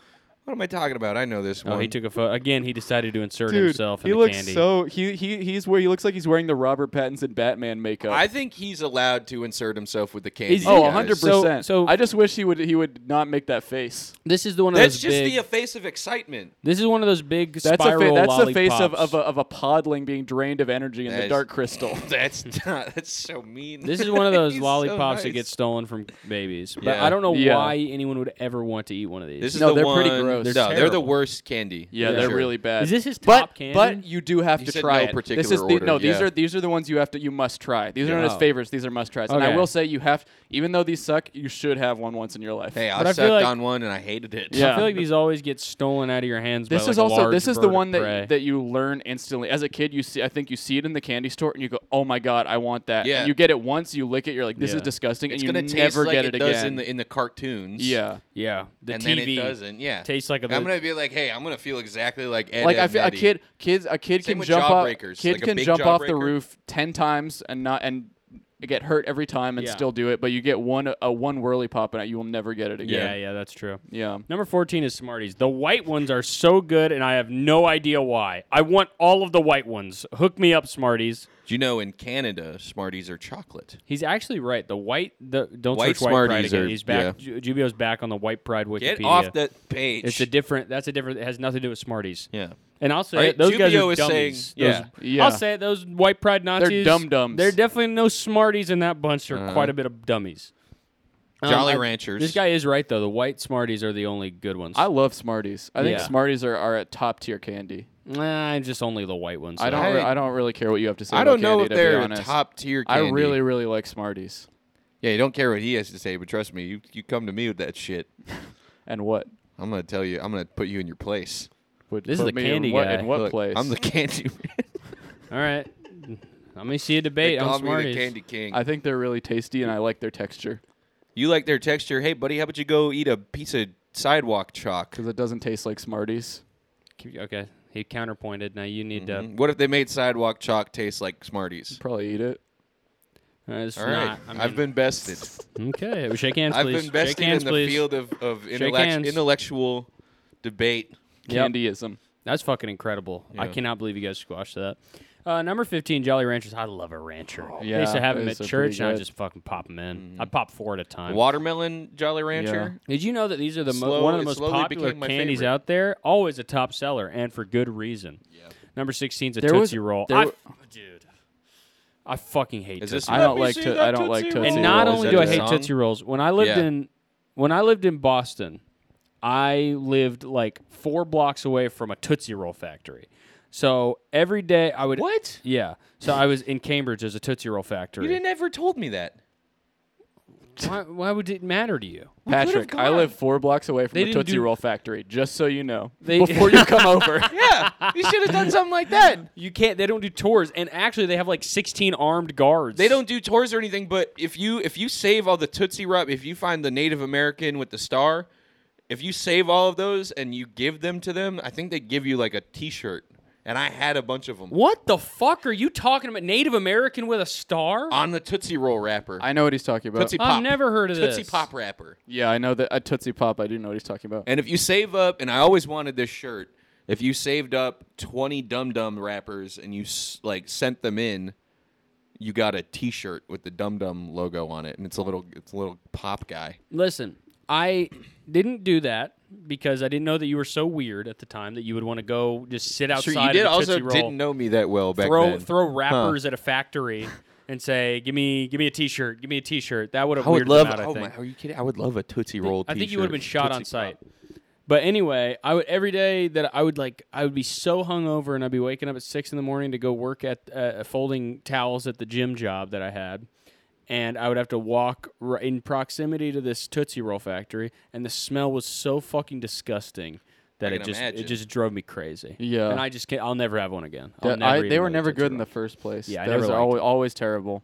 S4: What am I talking about? I know this one.
S5: Oh, he took a photo. Again, he decided to insert
S6: Dude,
S5: himself in
S6: he
S5: the
S6: looks
S5: candy.
S6: so he he he's where he looks like he's wearing the Robert Pattinson Batman makeup.
S4: I think he's allowed to insert himself with the candy.
S5: Is he?
S6: oh,
S4: guys.
S6: 100 percent.
S5: So-
S6: So
S5: so-
S6: I just wish he would he would not make that face.
S5: this is the one of
S4: That's
S5: those
S4: just
S5: big.
S4: the face of excitement. [laughs]
S5: this is one of those big
S6: [laughs] That's
S5: spiral
S6: a fa- that's the
S5: lollipops.
S6: face of, of, a, of a podling being drained of energy in
S4: That
S6: the
S4: is-
S6: dark crystal. [laughs]
S4: That's not, that's so mean.
S5: This is one of
S4: [laughs]
S5: those
S4: He's so
S5: lollipops that
S4: nice.
S5: get stolen from babies. But
S4: Yeah.
S5: I don't know
S6: Yeah.
S5: why anyone would ever want to eat one of these.
S4: This is
S6: No,
S4: the
S6: they're pretty
S4: one-
S6: gross.
S4: No,
S6: They're
S4: they're the
S5: terrible.
S4: worst candy.
S6: Yeah,
S5: Yeah.
S6: they're
S5: Sure.
S6: really bad.
S5: Is this his
S6: but,
S5: top candy?
S6: But you do have
S4: He
S6: to
S4: said
S6: try
S4: no
S6: it. this
S4: particular
S6: is the, no.
S4: order,
S6: These
S4: yeah.
S6: are these are the ones you have to you must try. These are not as
S5: Oh.
S6: favors. These are must tries. And I
S5: Okay.
S6: will say you have even though these suck, you should have one once in your life.
S4: Hey, I
S5: But I
S4: sucked
S5: feel like-
S4: on one and I hated it.
S6: Yeah.
S5: I feel like these always get stolen out of your hands. by,
S6: This
S5: like,
S6: is
S5: a
S6: also
S5: large
S6: this is
S5: bird
S6: the
S5: of
S6: one
S5: prey.
S6: that, that you learn instantly. As a kid, you see I think you see it in the candy store and you go, "Oh my god, I want that."
S4: Yeah.
S6: And you get it once, you lick it, you're like, "This is
S5: Yeah.
S6: disgusting,"
S4: It's
S6: and
S4: gonna
S6: you
S4: taste
S6: never
S4: like
S6: get
S4: it,
S6: it,
S4: does
S6: again.
S4: in the in the cartoons.
S6: yeah.
S5: yeah, the
S4: and
S5: TV
S4: then it doesn't. Yeah,
S5: tastes like a.
S4: I'm gonna be like, hey, I'm gonna feel exactly like Ed.
S6: like
S4: Ed,
S6: I feel, a
S4: Eddy.
S6: kid, kids, a kid
S4: Same
S6: can
S4: with
S6: jump off,
S4: jawbreakers,
S6: kid
S4: like a
S6: can
S4: big
S6: jump off the
S4: jawbreaker.
S6: roof ten times and not and get hurt every time and
S5: Yeah.
S6: still do it. But you get one a one whirly pop and you will never get it
S5: yeah,
S6: again.
S5: yeah, that's true.
S6: Yeah,
S5: Number 14 is Smarties. The white ones are so good, and I have no idea why. I want all of the white ones. Hook me up, Smarties.
S4: Do you know in Canada, Smarties are chocolate?
S5: He's actually right. The white, the don't
S4: White
S5: search white pride
S4: Smarties
S5: again.
S4: are-
S5: He's back. Ju- Jubio's back on the white pride Wikipedia.
S4: Get off that page.
S5: It's a different. That's a different. It has nothing to do with Smarties.
S4: yeah.
S5: And I'll say
S4: Right,
S5: it, those guys
S4: Jubio
S5: are
S4: is
S5: dummies.
S4: saying-
S5: Those-
S6: yeah. Yeah.
S5: I'll say it, those white pride Nazis.
S6: dum-dums.
S5: They're definitely no Smarties in that bunch.
S4: Uh-huh.
S5: They're quite a bit of dummies. Um,
S4: Jolly
S5: I-
S4: Ranchers.
S5: This guy is right though. The white Smarties are the only good ones.
S6: I love Smarties. I think
S5: Yeah.
S6: Smarties are, are at top tier candy.
S5: Nah, I'm just only the white ones.
S6: I
S5: though.
S6: don't.
S4: I-
S6: re- I don't really care what you have to say.
S4: I
S6: about
S4: don't know
S6: candy,
S4: if
S6: to be
S4: they're
S6: honest.
S4: top tier.
S6: I really, really like Smarties.
S4: Yeah, you don't care what he has to say, but trust me, you, you come to me with that shit.
S6: And what?
S4: I'm gonna tell you. I'm gonna put you in your place.
S6: Would
S5: This is
S6: put
S5: the
S6: me
S5: candy
S6: in what,
S5: guy.
S6: In what
S4: Look,
S6: place?
S4: I'm the [laughs] candy.
S5: All right. Let me see a
S4: they
S5: debate
S4: call
S5: on
S4: me the
S5: Smarties.
S4: candy king.
S6: I think they're really tasty, and I like their texture
S4: you like their texture. Hey, buddy, how about you go eat a piece of sidewalk chalk?
S6: because it doesn't taste like Smarties.
S5: Keep- Okay. He counterpointed. Now you need
S4: Mm, What if they made sidewalk chalk taste like Smarties?
S6: Probably eat it.
S5: to. Uh, it's
S4: All right,
S5: not. I mean,
S4: I've been bested.
S5: Okay. well, Shake hands,
S4: I've
S5: please.
S4: been bested
S5: Shake hands,
S4: in the
S5: please.
S4: field of, of intellect,
S5: hands.
S4: intellectual debate.
S5: Yep.
S6: Candyism.
S5: That's fucking incredible. I
S4: Yeah.
S5: cannot believe you guys squashed that. Uh, number 15, Jolly Ranchers. I love a rancher.
S4: Oh,
S5: I
S6: yeah,
S5: used to have them
S6: those
S5: at
S6: are pretty
S5: church, and I
S6: good.
S5: just fucking pop them in.
S4: Mm-hmm.
S5: I pop four at a time.
S4: Watermelon Jolly Rancher.
S5: Did you know that these are the
S4: Slow-
S5: mo- one of
S4: it
S5: the most
S4: slowly
S5: popular
S4: became my
S5: candies
S4: favorite.
S5: out there? Always a top seller, and for good reason. Number 16 is a
S6: There was-
S5: Tootsie Roll.
S6: there
S5: I
S6: wa-
S5: f- dude, I fucking hate
S4: Is
S5: Tootsie
S4: this
S6: I
S4: Let
S6: don't
S4: me
S6: like.
S4: see
S6: To,
S4: that
S6: I don't like
S4: Tootsie
S6: Tootsie
S5: and not
S4: Rolls.
S5: only
S4: Is
S5: do
S4: that
S5: I
S4: the
S5: hate
S4: song?
S5: Tootsie Rolls, when I lived
S4: Yeah.
S5: in when I lived in Boston, I lived like four blocks away from a Tootsie Roll factory. So every day I would
S4: What?
S5: Yeah. So I was in Cambridge as a Tootsie Roll factory.
S4: You didn't ever told me
S5: [laughs]
S4: that.
S5: why, why would it matter to you?
S6: Patrick, I live four blocks away from
S5: They
S6: the
S5: didn't
S6: Tootsie
S5: do-
S6: Roll factory. Just so you know,
S5: They- [laughs]
S6: before [laughs] you come over,
S4: Yeah, you should have done something like that.
S5: You can't. They don't do tours, and actually they have like sixteen armed guards.
S4: They don't do tours or anything, but if you if you save all the Tootsie Rub, if you find the Native American with the star, if you save all of those and you give them to them, I think they give you like a T-shirt. And I had a bunch of them
S5: What the fuck are you talking about? Native American with a star?
S4: on the Tootsie Roll wrapper.
S6: I know what he's talking about.
S4: Tootsie Pop.
S5: I've never heard of
S4: Tootsie
S5: this.
S4: Pop wrapper.
S6: Yeah, I know that a Tootsie Pop. I do know what he's talking about.
S4: And if you save up, and I always wanted this shirt. If you saved up twenty Dum Dum wrappers and you s- like sent them in, you got a T-shirt with the Dum Dum logo on it, and it's a little it's a little pop guy.
S5: Listen, I didn't do that because I didn't know that you were so weird at the time that you would want to go just sit outside.
S4: you did
S5: of a
S4: also
S5: Tootsie Roll,
S4: didn't know me that well back
S5: throw
S4: then.
S5: throw wrappers at a factory and say, "Give me, give me a T-shirt, give me a T-shirt." That would have
S4: I would
S5: weirded
S4: love.
S5: them out. I
S4: oh
S5: think.
S4: my, are you kidding? I would love a Tootsie Roll.
S5: I
S4: t-shirt.
S5: think you would have been shot on
S4: Tootsie
S5: site.
S4: Pop.
S5: But anyway, I would every day that I would like I would be so hungover and I'd be waking up at six in the morning to go work at uh, folding towels at the gym job that I had, and I would have to walk r- in proximity to this Tootsie Roll factory, and the smell was so fucking disgusting that
S4: I
S5: it
S4: can
S5: just
S4: imagine.
S5: it just drove me crazy.
S6: Yeah.
S5: and I just can't. I'll never have one again. I'll
S6: Yeah,
S5: never
S6: I-
S5: eat
S6: they were
S5: another
S6: never
S5: Tootsie
S6: good in
S5: Roll.
S6: the first place.
S5: Yeah, I
S6: those
S5: never
S6: are
S5: liked
S6: always, always terrible.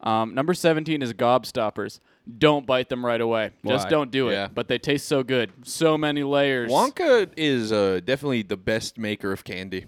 S6: Um, number seventeen is gobstoppers. Don't bite them right away. Just
S5: Why?
S6: don't do it.
S4: Yeah.
S6: But they taste so good. So many layers.
S4: Wonka is uh, definitely the best maker of candy.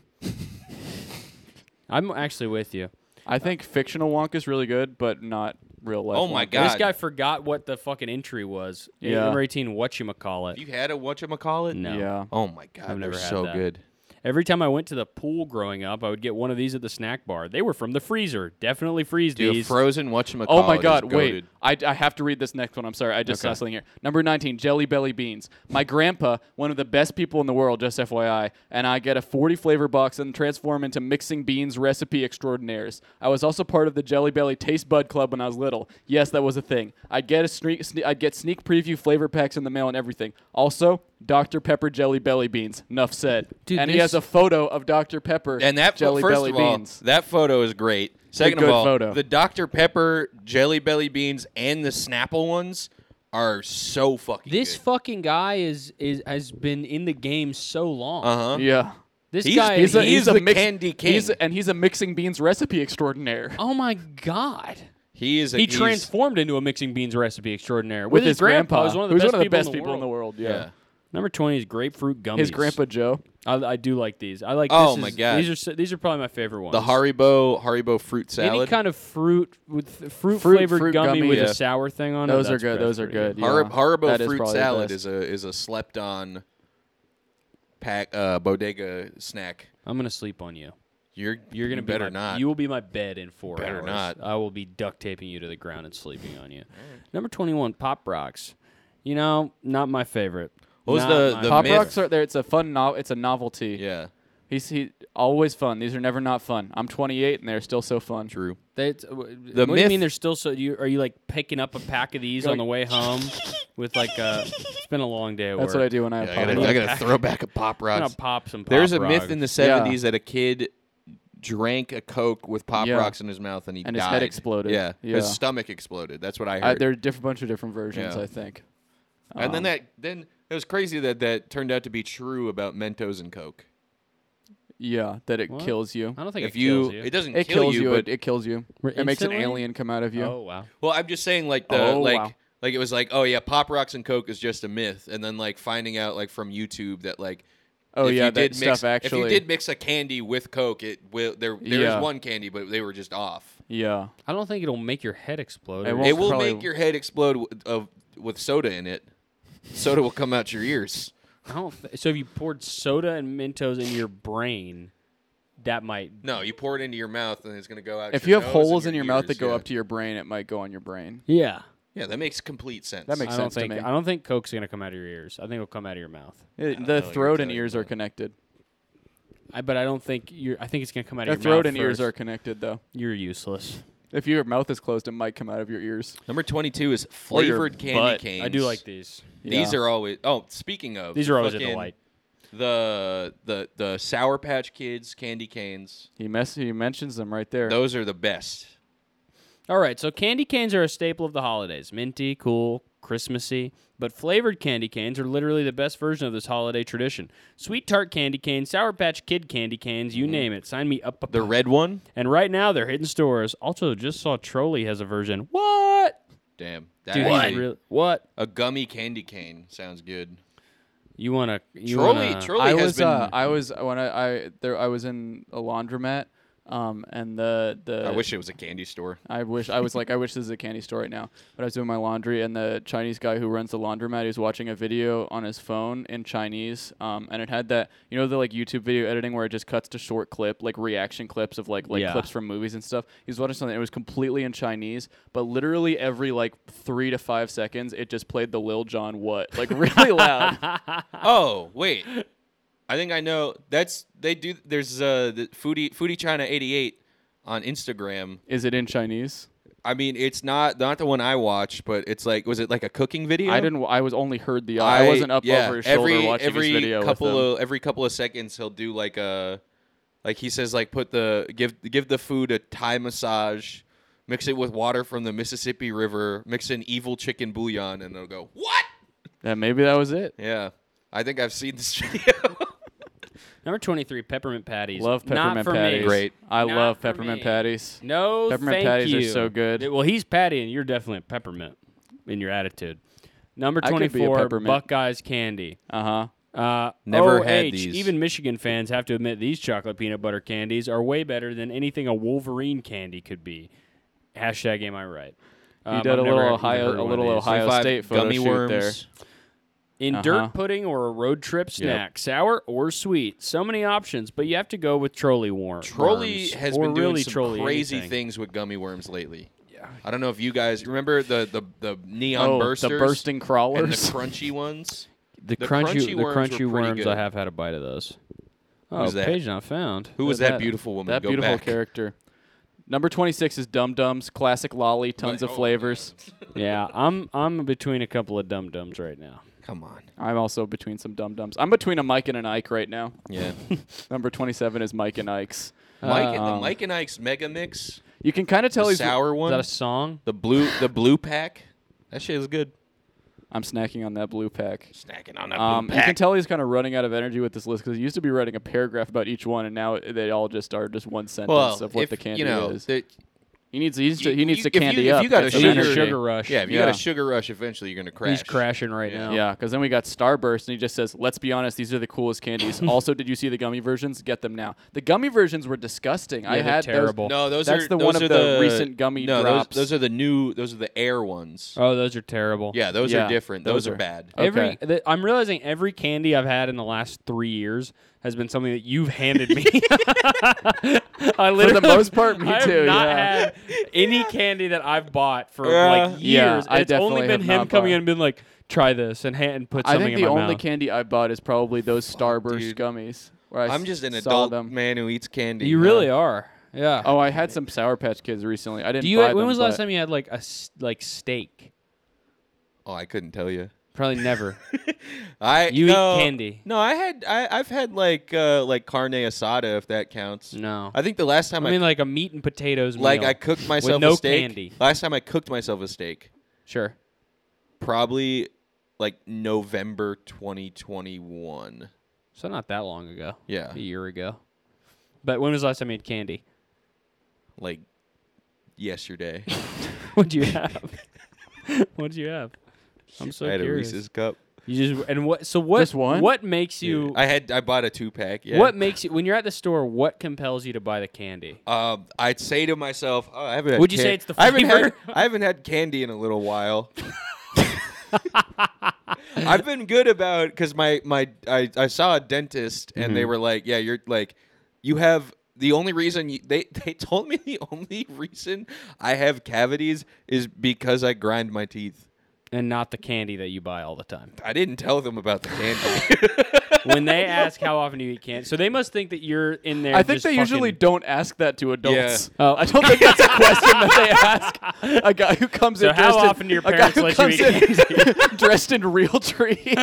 S5: I'm actually with you.
S6: I think fictional Wonka is really good, but not real life.
S4: Oh my
S6: Wonka.
S4: god!
S5: This guy forgot what the fucking entry was.
S6: Yeah.
S5: Number 18, whatchamacallit.
S4: you had a whatchamacallit?
S5: No.
S6: Yeah.
S4: Oh my god!
S5: I've never
S4: they're
S5: had
S4: so
S5: that.
S4: good.
S5: Every time I went to the pool growing up, I would get one of these at the snack bar. They were from the freezer. Definitely freeze
S4: Dude, a
S5: these.
S4: frozen whatchamacallit.
S6: Oh my
S4: is
S6: god, wait.
S4: goated.
S6: I, I have to read this next one. I'm sorry. I just saw something here. Number 19, Jelly Belly Beans. My grandpa, one of the best people in the world, just FYI, and I get a 40 flavor box and transform into mixing beans recipe extraordinaires. I was also part of the Jelly Belly Taste Bud Club when I was little. Yes, that was a thing. I'd get a sneak, sne- I'd get sneak preview flavor packs in the mail and everything. Also, Dr. Pepper Jelly Belly Beans. Enough said.
S5: Dude,
S6: and he
S5: this-
S6: has a photo of Dr. Pepper
S4: And that
S6: Jelly
S4: first
S6: Belly
S4: of all,
S6: Beans.
S4: that photo is great. Second of
S6: good
S4: all,
S6: photo.
S4: the Dr Pepper Jelly Belly Beans and the Snapple ones are so fucking.
S5: this
S4: good.
S5: fucking guy is, is has been in the game so long.
S4: uh huh.
S6: yeah.
S5: This
S4: He's-
S5: guy
S4: he's
S5: is.
S4: a- He's the candy king.
S6: he's- and he's a mixing beans recipe extraordinaire.
S5: oh my God.
S4: He is. A,
S5: He
S4: he's-
S5: transformed into a mixing beans recipe
S6: [laughs]
S5: extraordinaire
S6: With his grandpa,
S4: oh,
S5: who's one of the
S6: who's
S5: best,
S6: one of the
S5: people,
S6: best
S5: in the
S6: people in the
S5: world.
S6: world. Yeah.
S4: Yeah.
S5: Number twenty is grapefruit gummies.
S6: His grandpa Joe.
S5: I, I do like these. I like.
S4: Oh
S5: this
S4: my
S5: is-
S4: God.
S5: These are so- these are probably my favorite ones.
S4: The Haribo Haribo fruit salad.
S5: Any kind of fruit with fruit,
S6: Fruit-
S5: flavored
S6: fruit
S5: gummy,
S6: gummy,
S5: with
S4: yeah.
S5: a sour thing on
S6: Those
S5: it.
S6: are
S5: that's-
S6: good.
S5: that's
S6: Those are
S5: pretty
S6: good. Yeah.
S4: Harib- Haribo
S6: That is
S4: fruit
S6: probably the
S4: salad
S6: best.
S4: is a is a slept on pack uh, bodega snack.
S5: I'm gonna sleep on you.
S4: You're
S5: You're gonna
S4: you better
S5: be my,
S4: not.
S5: You will be my bed in four
S4: Better
S5: hours.
S4: not.
S5: I will be duct taping you to the ground and sleeping on you. Number twenty one, pop rocks. You know, not my favorite.
S4: What was
S5: Not
S4: the-
S5: my
S4: the
S6: Pop
S4: myth.
S6: Rocks are there. It's a fun. No, it's a novelty.
S4: yeah,
S6: He's he always fun. These are never not fun. I'm 28 and they're still so fun.
S4: true.
S5: They, t- w- what do you
S4: myth-
S5: mean they're still so? You, are you like picking up a pack of these on the way home
S4: [laughs]
S5: with like a? It's been a long day at
S6: That's
S5: work.
S6: what I do when I.
S4: I
S6: have
S4: gotta,
S6: Pop
S4: I
S6: Rocks.
S4: gotta throw back a pop
S5: I'm [laughs] gonna
S4: rocks.
S5: pop some. Pop
S4: There's a
S5: rocks.
S4: myth in the 70s that a kid drank a Coke with Pop
S6: Yeah.
S4: Rocks in his mouth and he
S6: And
S4: died.
S6: his head exploded.
S4: Yeah.
S6: Yeah.
S4: His stomach exploded. That's what I
S6: I,
S4: heard.
S6: there um, are different bunch of different versions.
S4: Yeah.
S6: I think.
S4: and then that then it was crazy that that turned out to be true about Mentos and Coke.
S6: Yeah, that it
S5: What?
S6: kills you.
S5: I don't think
S4: if
S5: it kills
S4: you,
S5: you.
S4: it doesn't
S6: It
S4: kill
S6: kills you.
S4: but
S6: It, it kills you.
S5: Re-
S6: It makes an
S5: instantly?
S6: alien come out of you.
S5: Oh wow.
S4: Well, I'm just saying, like the
S6: Oh,
S4: like
S6: wow.
S4: like it was like, oh yeah, Pop Rocks and Coke is just a myth, and then like finding out like from YouTube that like.
S6: Oh,
S4: if
S6: yeah,
S4: you
S6: that
S4: did mix,
S6: stuff actually-
S4: If you did mix a candy with Coke, it will there. There is
S6: Yeah.
S4: one candy, but they were just off.
S6: Yeah.
S5: I don't think it'll make your head explode.
S6: It
S5: or-
S6: won't-
S4: it will
S6: probably-
S4: make your head explode w- of with soda in it. Soda will come out your ears.
S5: I don't th- so if you poured soda and Mentos in your brain, that might.
S4: [laughs] No, you pour it into your mouth, and it's gonna go out.
S6: If you
S4: your
S6: have
S4: nose and
S6: holes in your mouth that
S4: ears,
S6: go
S4: yeah.
S6: up to your brain, it might go on your brain.
S5: Yeah.
S4: yeah, that makes complete sense.
S6: That makes
S5: I don't
S6: sense to
S5: think.
S6: me.
S5: I don't think Coke's gonna come out of your ears. I think it'll come out of your mouth.
S6: It- the throat and
S4: telling
S6: ears
S4: me.
S6: are connected.
S5: I, but I don't think you're. I think it's gonna come out
S6: Your
S5: of your
S6: throat
S5: mouth
S6: and ears are
S5: first.
S6: connected, though.
S5: You're useless.
S6: If your mouth is closed, it might come out of your ears.
S4: number twenty-two is
S5: Or your
S4: flavored candy
S5: butt.
S4: canes.
S5: I do like these.
S4: These
S6: Yeah.
S4: are always. Oh, speaking of,
S5: These are always a
S4: fucking-
S5: delight.
S4: the the the Sour Patch Kids candy canes.
S6: He mess he mentions them right there.
S4: Those are the best.
S5: All right, so candy canes are a staple of the holidays. Minty, cool, Christmassy. But flavored candy canes are literally the best version of this holiday tradition. Sweet tart candy canes, Sour Patch Kid candy canes, you name it. Sign me up. up,
S4: Mm-hmm. The
S5: up.
S4: red one.
S5: And right now they're hitting stores. Also, just saw Trolley has a version. What?
S4: Damn. That
S5: Dude,
S4: actually-
S5: he's real- what?
S4: a gummy candy cane sounds good.
S5: You want to?
S4: Trolley,
S5: wanna,
S4: Trolley
S6: I
S4: has
S6: was
S4: been.
S6: uh, I was when I, I there I was in a laundromat, um, and the the
S4: I wish it was a candy store.
S6: I wish I was like I wish this is a candy store right now. But I was doing my laundry, and the Chinese guy who runs the laundromat he was watching a video on his phone in Chinese, um, and it had that you know the like YouTube video editing where it just cuts to short clip like reaction clips of like like
S5: Yeah.
S6: clips from movies and stuff. He was watching something. It was completely in Chinese, but literally every like three to five seconds, it just played the Lil John what like
S4: [laughs]
S6: really loud.
S4: Oh wait, I think I know. That's they do. There's uh the foodie foodie China eighty eight on Instagram.
S6: Is it in Chinese?
S4: I mean, it's not not the one I watched, but it's like was it like a cooking video?
S6: I didn't. I was only heard the. I, wasn't up
S4: yeah,
S6: over his shoulder
S4: every,
S6: watching
S4: every
S6: his video. with
S4: Couple
S6: them.
S4: of every couple of seconds, he'll do like a like he says like put the give give the food a Thai massage, mix it with water from the Mississippi River, mix in evil chicken bouillon, and they'll go, What?
S6: Yeah, maybe that was it.
S4: Yeah. I think I've seen this [laughs] video.
S5: Number 23, peppermint patties.
S6: Love
S5: Not
S6: peppermint
S5: for
S6: patties.
S5: Me.
S4: Great.
S6: I
S5: Not
S6: love
S5: for
S6: peppermint
S5: me.
S6: patties.
S5: No,
S6: Peppermint
S5: thank
S6: patties are
S5: you.
S6: so good.
S5: Well, he's patty, and you're definitely a peppermint in your attitude. Number
S6: I could be a
S5: 24,
S6: peppermint.
S5: Buckeyes candy.
S6: Uh huh.
S5: Uh,
S4: Never
S5: OH,
S4: had these.
S5: Even Michigan fans have to admit these chocolate peanut butter candies are way better than anything a Wolverine candy could be. Hashtag am I right? Um,
S6: You
S5: I've
S6: did a
S5: never
S6: little
S5: even
S6: Ohio,
S5: heard
S6: a
S5: one of
S6: little
S5: these.
S6: Ohio
S4: 25
S6: State photo
S4: gummy
S6: shoot
S4: worms.
S6: there.
S5: in
S6: Uh-huh.
S5: dirt pudding or a road trip snack, sour or sweet. So many options, but you have to go with trolley worm.
S4: Trolley
S5: worms,
S4: has
S5: or
S4: been doing
S5: really
S4: some
S5: trolley
S4: crazy
S5: anything.
S4: things with gummy worms lately. Yeah. I don't know if you guys remember the the, the neon
S6: oh,
S4: bursters,
S6: the bursting
S4: and the
S6: crawlers. [laughs]
S4: crunchy ones.
S5: The,
S4: The
S5: crunchy,
S4: crunchy
S5: the
S4: worms were pretty
S5: crunchy worms.
S4: good.
S5: I have had a bite of those. Oh,
S4: Who's that?
S5: page not found.
S4: Who was that, beautiful woman?
S6: That
S4: Go
S6: beautiful
S4: back.
S6: character. Number twenty six is Dum Dums, classic lolly,
S4: Like,
S6: tons of
S4: oh,
S6: flavors.
S5: yeah, I'm I'm between a couple of dum dums right now.
S4: Come on.
S6: I'm also between some Dum Dums. I'm between a Mike and an Ike right now.
S4: Yeah.
S6: Number twenty seven is Mike and Ike's.
S4: Mike and the
S6: Um,
S4: Mike and Ike's Mega Mix,
S6: You can kind of tell
S4: the
S6: he's
S4: sour
S5: Is
S4: one,
S5: that a song?
S4: the blue the blue pack. That shit is good.
S6: I'm snacking on that blue pack.
S4: Snacking on that
S6: Um,
S4: blue
S6: you can
S4: pack.
S6: tell he's kind of running out of energy with this list because he used to be writing a paragraph about each one, and now they all just are just one sentence
S4: well,
S6: of what
S4: if,
S6: the candy
S4: you know,
S6: is.
S4: the-
S6: he needs, he needs to, he
S4: you-
S6: needs
S4: you-
S6: to
S4: if you-
S6: candy
S4: if
S6: up.
S4: you got a
S6: That's
S5: I need a
S6: energy.
S5: sugar rush.
S4: yeah, if you
S6: yeah.
S4: got a sugar rush, eventually you're gonna crash.
S5: He's crashing right now.
S6: Yeah, because then we got Starburst, and he just says, "Let's be honest, these are the
S4: [laughs]
S6: coolest candies." also, did you see the gummy versions? Get them now. The gummy versions were disgusting. I
S5: they're
S6: had
S5: terrible.
S6: Those,
S4: No, those
S6: That's
S4: are
S6: the
S4: those
S6: one of
S4: are
S6: the recent gummy
S4: no, those-
S6: drops.
S4: Those, are the new. Those are the air ones.
S5: Oh, those are terrible.
S4: yeah, those
S6: yeah,
S4: are different.
S6: those
S4: Those,
S6: are-
S4: are bad.
S6: Okay.
S5: Every th- I'm realizing every candy I've had in the last three years has been something that you've
S6: [laughs]
S5: handed me. I
S6: for
S5: literally,
S6: the most part, me
S5: I have
S6: too.
S5: not
S6: yeah.
S5: had any candy that I've bought for
S4: Yeah.
S5: like years.
S6: Yeah, I
S5: it's only
S6: definitely have
S5: been him
S6: not
S5: coming
S6: bought.
S5: in and being like, "Try this," and hand, and put
S6: I
S5: something
S6: think
S5: in
S6: the
S5: my
S6: only
S5: mouth.
S6: candy I bought is probably those Starburst
S4: dude.
S6: gummies. Where I
S4: I'm
S6: s-
S4: just an
S6: saw
S4: adult
S6: them.
S4: man who eats candy.
S5: you
S4: huh?
S5: really are. Yeah.
S6: Oh, I had some Sour Patch Kids recently. I didn't.
S5: Do you?
S6: Buy
S5: when
S6: them,
S5: was the last
S6: but-
S5: time you had like a s- like steak?
S4: Oh, I couldn't tell you. [laughs]
S5: Probably never.
S4: I
S5: You eat
S4: no,
S5: candy.
S4: No, I had I, I've had like uh, like carne asada if that counts.
S5: No.
S4: I think the last
S5: I
S4: time I,
S5: mean, like a meat and potatoes.
S4: like
S5: meal.
S4: I cooked myself
S5: no
S4: a steak.
S5: candy.
S4: Last time I cooked myself a steak,
S5: sure.
S4: probably like November 2021.
S5: So not that long ago.
S4: Yeah.
S5: A year ago. But when was the last time you had candy? [laughs]
S4: Like
S6: [laughs]
S4: yesterday.
S5: What'd you have? [laughs] What'd you have? I'm so
S4: I had
S5: curious.
S4: a Reese's cup.
S5: You just and what? So what?
S6: Just one?
S5: What makes you?
S4: I had I bought a two pack. Yeah.
S5: What makes you when you're at the store? What compels you to buy the candy?
S4: Um, I'd say to myself, oh, I haven't. Had
S5: Would you
S4: can-
S5: say it's the
S4: I haven't had
S5: flavor?
S4: I haven't had candy in a little while.
S5: [laughs]
S4: [laughs] I've been good about because my my I, I saw a dentist and
S5: Mm-hmm.
S4: they were like, yeah, you're like, you have the only reason you, they they told me [laughs] the only reason I have cavities is because I grind my teeth.
S5: And not the candy that you buy all the time.
S4: I didn't tell them about the
S5: [laughs]
S4: candy. [laughs]
S5: When they ask how often do you eat candy, so they must think that you're in there.
S6: I think
S5: just
S6: they usually
S5: fucking-
S6: don't ask that to adults.
S5: Oh.
S6: I don't think that's a question that they
S5: [laughs]
S6: ask. A guy who comes
S5: So
S6: in
S5: how
S6: dressed
S5: often
S6: in,
S5: do your
S6: a guy
S5: parents
S6: who
S5: let you
S6: comes in [laughs] dressed in real tree.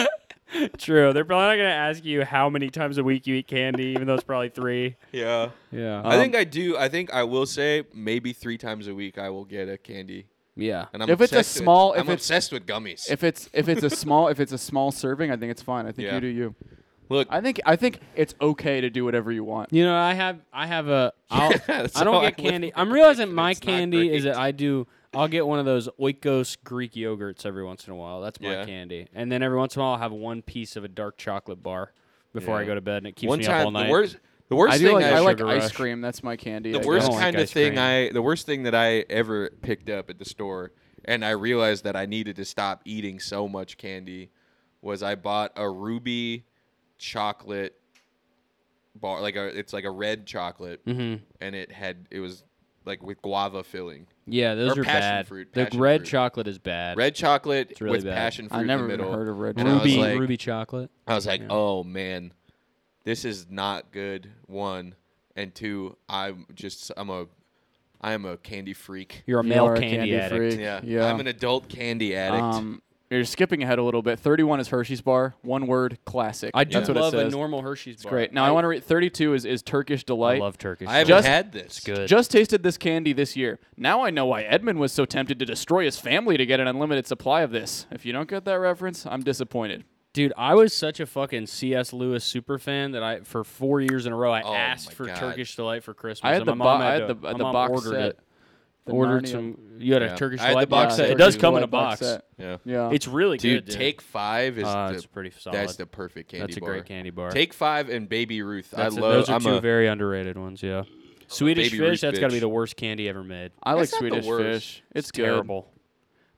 S5: True. They're probably not going to ask you how many times a week you eat candy, even though it's probably three.
S4: yeah,
S5: [laughs] Yeah.
S6: Um,
S4: I think I do. I think I will say maybe three times a week I will get a candy.
S5: yeah.
S4: And I'm
S6: If it's a
S4: obsessed with-
S6: small- if
S4: I'm
S6: it's-
S4: obsessed with gummies.
S6: if it's if it's a small if it's a small serving, I think it's fine. I think
S4: Yeah.
S6: you do you.
S4: Look,
S6: I think I think it's okay to do whatever you want.
S5: You know, I have I have
S4: [laughs]
S5: a I'll,
S4: that's
S5: I don't
S4: how
S5: get
S4: I live
S5: candy.
S4: my
S5: I'm
S4: life,
S5: realizing
S4: [laughs] and
S5: my
S4: it's not
S5: candy is
S4: great.
S5: that I do I'll get one of those Oikos Greek yogurts every once in a while. That's my
S4: Yeah.
S5: candy. And then every once in a while I'll have one piece of a dark chocolate bar before I
S4: Yeah.
S5: go to bed and it keeps
S4: one
S5: me
S4: time
S5: up all night.
S4: the worst the worst
S6: I do
S4: thing
S6: like
S4: I,
S6: I like
S5: sugar
S6: ice
S5: rush.
S6: cream. That's my candy.
S4: the
S6: I
S4: worst
S5: don't like
S6: guess.
S4: kind of
S5: ice
S4: thing
S5: cream.
S4: I the worst thing that I ever picked up at the store and I realized that I needed to stop eating so much candy was I bought a ruby chocolate bar like a it's like a red chocolate
S6: Mm-hmm.
S4: and it had it was like with guava filling.
S5: yeah, those
S4: or
S5: are
S4: passion
S5: bad.
S4: fruit,
S5: the
S4: passion
S5: red
S4: fruit.
S5: chocolate is bad.
S4: Red chocolate
S5: really
S4: with
S5: bad.
S4: passion fruit
S6: I never
S4: in the
S6: even
S4: middle.
S6: heard of red
S4: and I was
S5: ruby
S4: like-
S5: ruby chocolate.
S4: I was like, oh man, this is not good. One and two, I'm just I'm a I am a candy freak.
S5: You're a
S6: You
S5: male
S6: are a
S5: candy,
S6: candy
S5: addict.
S6: freak.
S4: Yeah,
S6: Yeah.
S4: I'm an adult candy addict.
S6: Um, You're skipping ahead a little bit. 31 is Hershey's Bar. One word, classic.
S5: I do
S6: That's what
S5: love
S6: it
S5: a
S6: says.
S5: normal Hershey's bar.
S6: Great. Now I, want to read. 32 is, is Turkish
S1: I
S6: Delight.
S1: love Turkish.
S4: I haven't
S1: delight.
S6: Just-
S4: had this.
S1: It's good.
S6: Just tasted this candy this year. Now I know why Edmund was so tempted to destroy his family to get an unlimited supply of this. If you don't get that reference, I'm disappointed.
S5: Dude, I was such a fucking C.S. Lewis super fan that I for four years in a row I
S4: Oh
S5: asked
S4: my
S5: for
S4: God.
S5: Turkish delight for Christmas.
S6: I had
S5: and
S6: the
S5: my
S6: bo-
S5: mom
S6: I had
S5: to-
S6: the-
S5: my
S6: the
S5: mom
S6: box
S5: ordered
S6: set.
S5: it.
S6: The
S5: ordered
S6: Narnia-
S5: some. You had
S4: Yeah.
S5: a Turkish
S4: I had the
S5: delight.
S4: box set.
S5: It does
S6: Turkish
S5: come in a
S6: Delight box
S5: box.
S6: set.
S4: Yeah.
S6: Yeah.
S5: It's really
S4: Dude,
S5: good. Dude.
S4: Take Five is
S5: Uh,
S4: the,
S5: it's pretty solid.
S4: That's the perfect candy
S5: That's a
S4: bar.
S5: great candy bar.
S4: Take Five and Baby Ruth.
S5: That's
S4: I
S5: a-
S4: love.
S5: those are
S4: I'm
S5: two
S4: a,
S5: very underrated ones. Yeah, Swedish
S4: baby
S5: fish.
S4: Ruth's
S5: That's got to be
S4: bitch.
S5: the worst candy ever made.
S6: I like
S4: That's not the
S6: Swedish
S4: worst.
S6: fish. It's, good.
S5: terrible.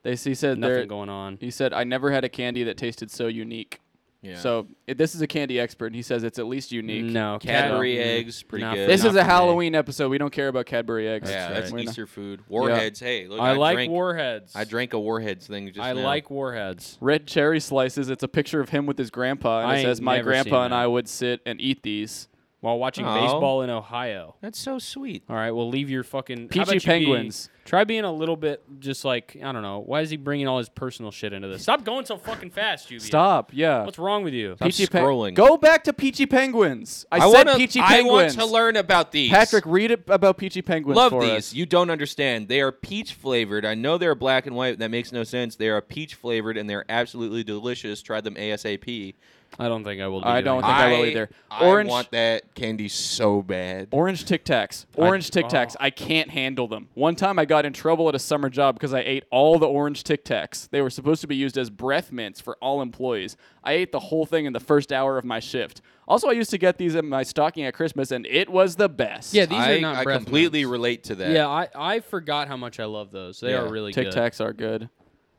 S6: They he said there-
S5: Nothing going on.
S6: He said I never had a candy that tasted so unique.
S4: yeah.
S6: So it, this is a candy expert. and He says it's at least unique.
S5: No,
S4: Cadbury
S5: cat-
S4: eggs, pretty
S5: Nah,
S4: good.
S6: This
S5: Not
S6: is
S5: for
S6: a
S5: me.
S6: Halloween episode. We don't care about Cadbury eggs.
S4: yeah,
S5: That's
S4: that's
S6: right.
S4: Easter food. Warheads. Hey, look,
S5: I like
S4: drank,
S5: warheads.
S4: I drank a warheads thing just
S5: I
S4: now.
S5: like warheads.
S6: Red cherry slices. It's a picture of him with his grandpa, and
S5: I
S6: it
S5: ain't
S6: says, "My
S5: never
S6: grandpa
S5: seen
S6: and
S5: that.
S6: I would sit and eat these."
S5: While watching
S4: Aw.
S5: baseball in Ohio.
S4: That's so sweet.
S5: All right, well, leave your fucking
S6: Peachy
S5: how about you be-
S6: penguins.
S5: try being a little bit just like I don't know. Why is he bringing all his personal shit into this? Stop going so fucking fast, you.
S6: Stop. Yeah.
S5: What's wrong with you?
S6: Peachy Pe-
S4: scrolling.
S6: Go back to Peachy Penguins. I,
S4: I
S6: said
S4: wanna-
S6: Peachy
S4: I want
S6: Penguins.
S4: to learn about these.
S6: Patrick, read it about Peachy Penguins
S4: love
S6: for
S4: these.
S6: us.
S4: You don't understand. They are peach flavored. I know they're black and white. That makes no sense. They are peach flavored and they're absolutely delicious. Try them ASAP.
S5: I don't think I will. Do
S6: I don't think I will either.
S4: I
S6: Orange-
S4: want that candy so bad.
S6: Orange Tic Tacs. Orange Tic Tacs.
S5: oh.
S6: I can't handle them. One time I got in trouble at a summer job because I ate all the orange Tic Tacs. They were supposed to be used as breath mints for all employees. I ate the whole thing in the first hour of my shift. Also, I used to get these in my stocking at Christmas, and it was the best.
S5: Yeah, these
S4: I,
S5: are not.
S4: I
S5: breath
S4: completely
S5: mints.
S4: relate to that.
S5: Yeah, I, I forgot how much I love those. They
S4: Yeah.
S5: are really
S6: Tic
S5: good.
S6: Tacs are good.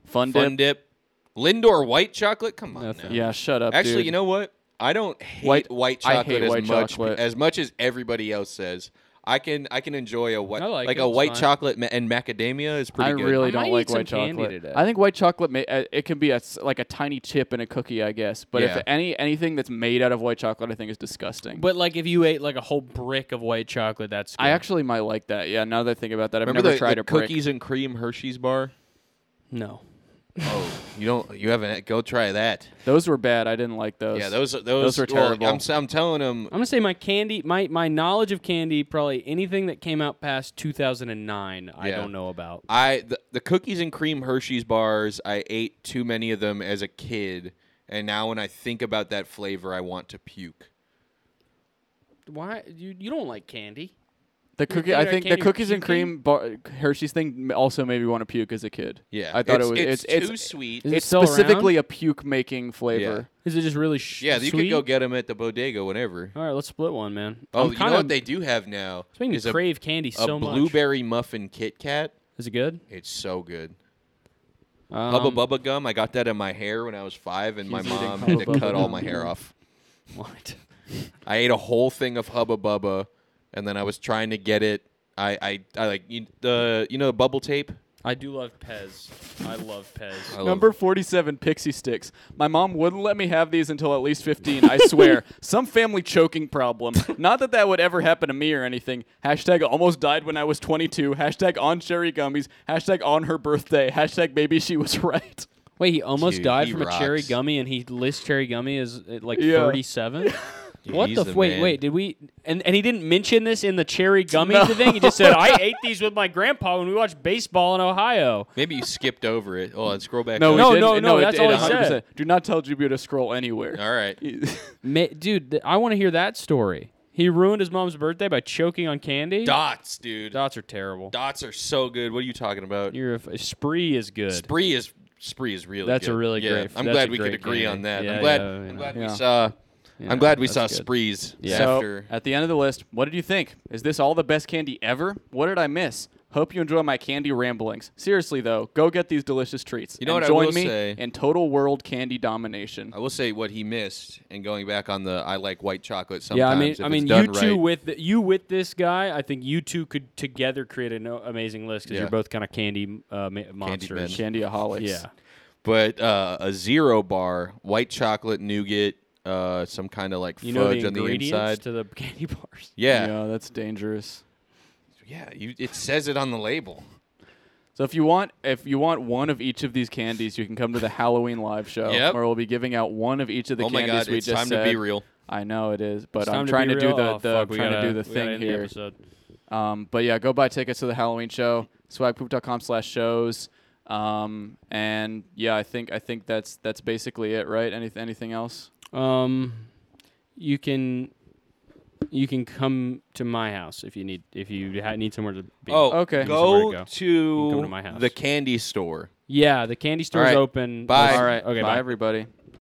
S6: Fun,
S4: Fun
S6: dip.
S4: dip. Lindor white chocolate? Come on.
S5: Nothing.
S4: now.
S6: Yeah, shut up.
S4: Actually,
S6: dude.
S4: you know what? I don't hate
S6: White-
S4: white,
S6: I hate
S4: chocolate as
S6: white
S4: much
S6: chocolate.
S4: as much as everybody else says. I can I can enjoy a white
S5: I like
S4: like
S5: it,
S4: a
S5: it's
S4: white
S5: fine.
S4: chocolate ma- and macadamia is pretty
S6: I
S4: good.
S6: really
S5: I
S6: don't
S5: might
S6: like
S5: eat some
S6: white
S5: candy
S6: chocolate.
S5: today.
S6: I think white chocolate may, uh, it can be a s like a tiny chip in a cookie, I guess. But
S4: Yeah.
S6: if any anything that's made out of white chocolate, I think is disgusting.
S5: But like, if you ate like a whole brick of white chocolate, that's good.
S6: I actually might like that. Yeah, now that I think about that, I've
S4: Remember
S6: never
S4: the,
S6: tried
S4: the
S6: a brick.
S4: cookies and cream Hershey's bar?
S5: no.
S4: Oh, you don't you haven't go try that.
S6: Those were bad. I didn't like those.
S4: Yeah, those those,
S6: those were
S4: well,
S6: terrible.
S4: I'm, s- I'm telling them
S5: I'm gonna say my candy, my my knowledge of candy, probably anything that came out past 2009, I
S4: Yeah.
S5: don't know about.
S4: I the, the cookies and cream Hershey's bars. I ate too many of them as a kid, and now when I think about that flavor, I want to puke.
S5: Why you you don't like candy?
S6: the cookie.
S5: you
S6: I
S5: know,
S6: think the
S5: candy
S6: cookies and
S5: puking?
S6: cream bar, Hershey's thing m- also made me want to puke as a kid.
S4: Yeah,
S6: I thought
S4: it's,
S6: it was.
S4: It's,
S6: it's,
S4: too sweet.
S5: Is it
S6: it's
S5: still around?
S6: specifically a puke making flavor.
S5: Is it just really sh-
S4: yeah, you
S5: sweet?
S4: could go get them at the bodega whenever.
S5: All right, let's split one, man.
S4: Oh,
S5: I'm
S4: you
S5: kinda-
S4: know what they do have now
S5: It's making me
S4: is a,
S5: crave candy
S4: a
S5: so much.
S4: blueberry muffin Kit Kat.
S5: Is it good? [laughs]
S4: It's so good.
S5: Um,
S4: Hubba Bubba gum. I got that in my hair when I was five, and my
S6: He's eating
S4: mom had
S6: Hubba
S4: to
S6: Bubba
S4: cut all
S6: Gum.
S4: my hair off.
S5: What?
S4: I ate a whole thing of Hubba Bubba, and then I was trying to get it. I I, I like you, the you know the bubble tape.
S5: I do love Pez. I love
S4: I
S5: Pez.
S4: love
S6: Number 47, Pixie Sticks. My mom wouldn't let me have these until at least 15, I
S4: [laughs]
S6: swear. Some family choking problem. Not that that would ever happen to me or anything. Hashtag almost died when I was 22. Hashtag on cherry gummies. Hashtag on her birthday. Hashtag maybe she was [laughs] right.
S5: Wait, he almost
S4: Dude,
S5: died
S4: he
S5: from a cherry
S4: rocks.
S5: gummy, and he lists cherry gummy as uh, like
S6: Yeah.
S5: 37.
S4: [laughs] Dude,
S5: what
S4: he's
S5: the, f- wait?
S4: man.
S5: Wait, did we? And and he didn't mention this in
S4: [laughs]
S5: the cherry gummy thing. He just said, "I ate these with my grandpa when we watched baseball in Ohio."
S4: Maybe you skipped over it. Oh, let's scroll back.
S6: No,
S4: up.
S5: No,
S6: we didn't.
S5: no, no,
S6: it-
S5: that's
S6: it
S5: all he
S6: 100%.
S5: said.
S6: Do not tell Jubu to scroll anywhere.
S4: All right.
S6: [laughs]
S5: Ma- dude, th- I want to hear that story. He ruined his mom's birthday by choking on candy.
S4: Dots, dude.
S5: Dots are terrible.
S4: Dots are so good. What are you talking about?
S5: You're a f- Spree is good.
S4: Spree is Spree is really.
S5: That's a
S4: good.
S5: really
S4: yeah,
S5: great-
S4: I'm
S5: that's
S4: glad
S5: a
S4: we could
S5: great
S4: agree
S5: candy.
S4: on that.
S5: Yeah,
S4: I'm glad.
S5: yeah, yeah.
S4: I'm glad
S6: Yeah.
S4: we saw. I'm glad we
S5: that's
S4: saw
S5: good.
S4: Sprees
S5: Yeah.
S6: So,
S4: after.
S6: at the end of the list, what did you think? Is this all the best candy ever? What did I miss? Hope you enjoy my candy ramblings. Seriously, though, go get these delicious treats.
S4: You know
S6: and
S4: what I
S6: join
S4: will
S6: me
S4: say?
S6: in total world candy domination.
S4: I will say what he missed, and going back on the I like white chocolate. Sometimes
S5: yeah, I mean,
S4: if
S5: I
S4: it's
S5: mean, you
S4: done
S5: two
S4: right.
S5: with th- you with this guy, I think you two could together create an o- amazing list because
S4: Yeah.
S5: you're both kind of candy uh, ma- monsters.
S4: men.
S6: Candyaholics.
S5: Yeah,
S4: but uh, a zero bar white chocolate nougat, uh, some kind of like
S5: you know
S4: fudge
S5: the
S4: on the
S5: ingredients
S4: inside.
S5: to uh, the [laughs] candy bars.
S4: yeah,
S6: that's dangerous.
S4: yeah. You, it says it on the label.
S6: So if you want, if you want one of each of these candies, you can come to the Halloween live show,
S4: Yep.
S6: where we'll be giving out one of each of the
S4: Oh my
S6: candies
S4: God,
S6: we
S4: it's
S6: just
S4: time to be
S6: said.
S4: real.
S6: I know it is, but
S5: Time
S6: I'm trying to,
S5: be
S6: do
S5: real.
S6: the,
S5: Oh,
S6: the
S5: fuck, we
S6: trying
S5: gotta-
S6: to do the
S5: we gotta
S6: thing
S5: end the
S6: here.
S5: episode.
S6: Um, but yeah, go buy tickets to the Halloween show, swagpoop.com slash shows. Um, and yeah, I think I think that's that's basically it, right? Any, anything else?
S5: Um, you can you can come to my house if you need if you ha- need somewhere to be.
S4: Oh,
S6: Okay.
S5: Somewhere
S4: Go,
S5: to go.
S4: to,
S5: come to my house.
S4: the candy store.
S5: yeah, the candy store's
S4: All right.
S5: open.
S4: Bye.
S5: All right, okay,
S6: bye
S5: bye.
S6: everybody.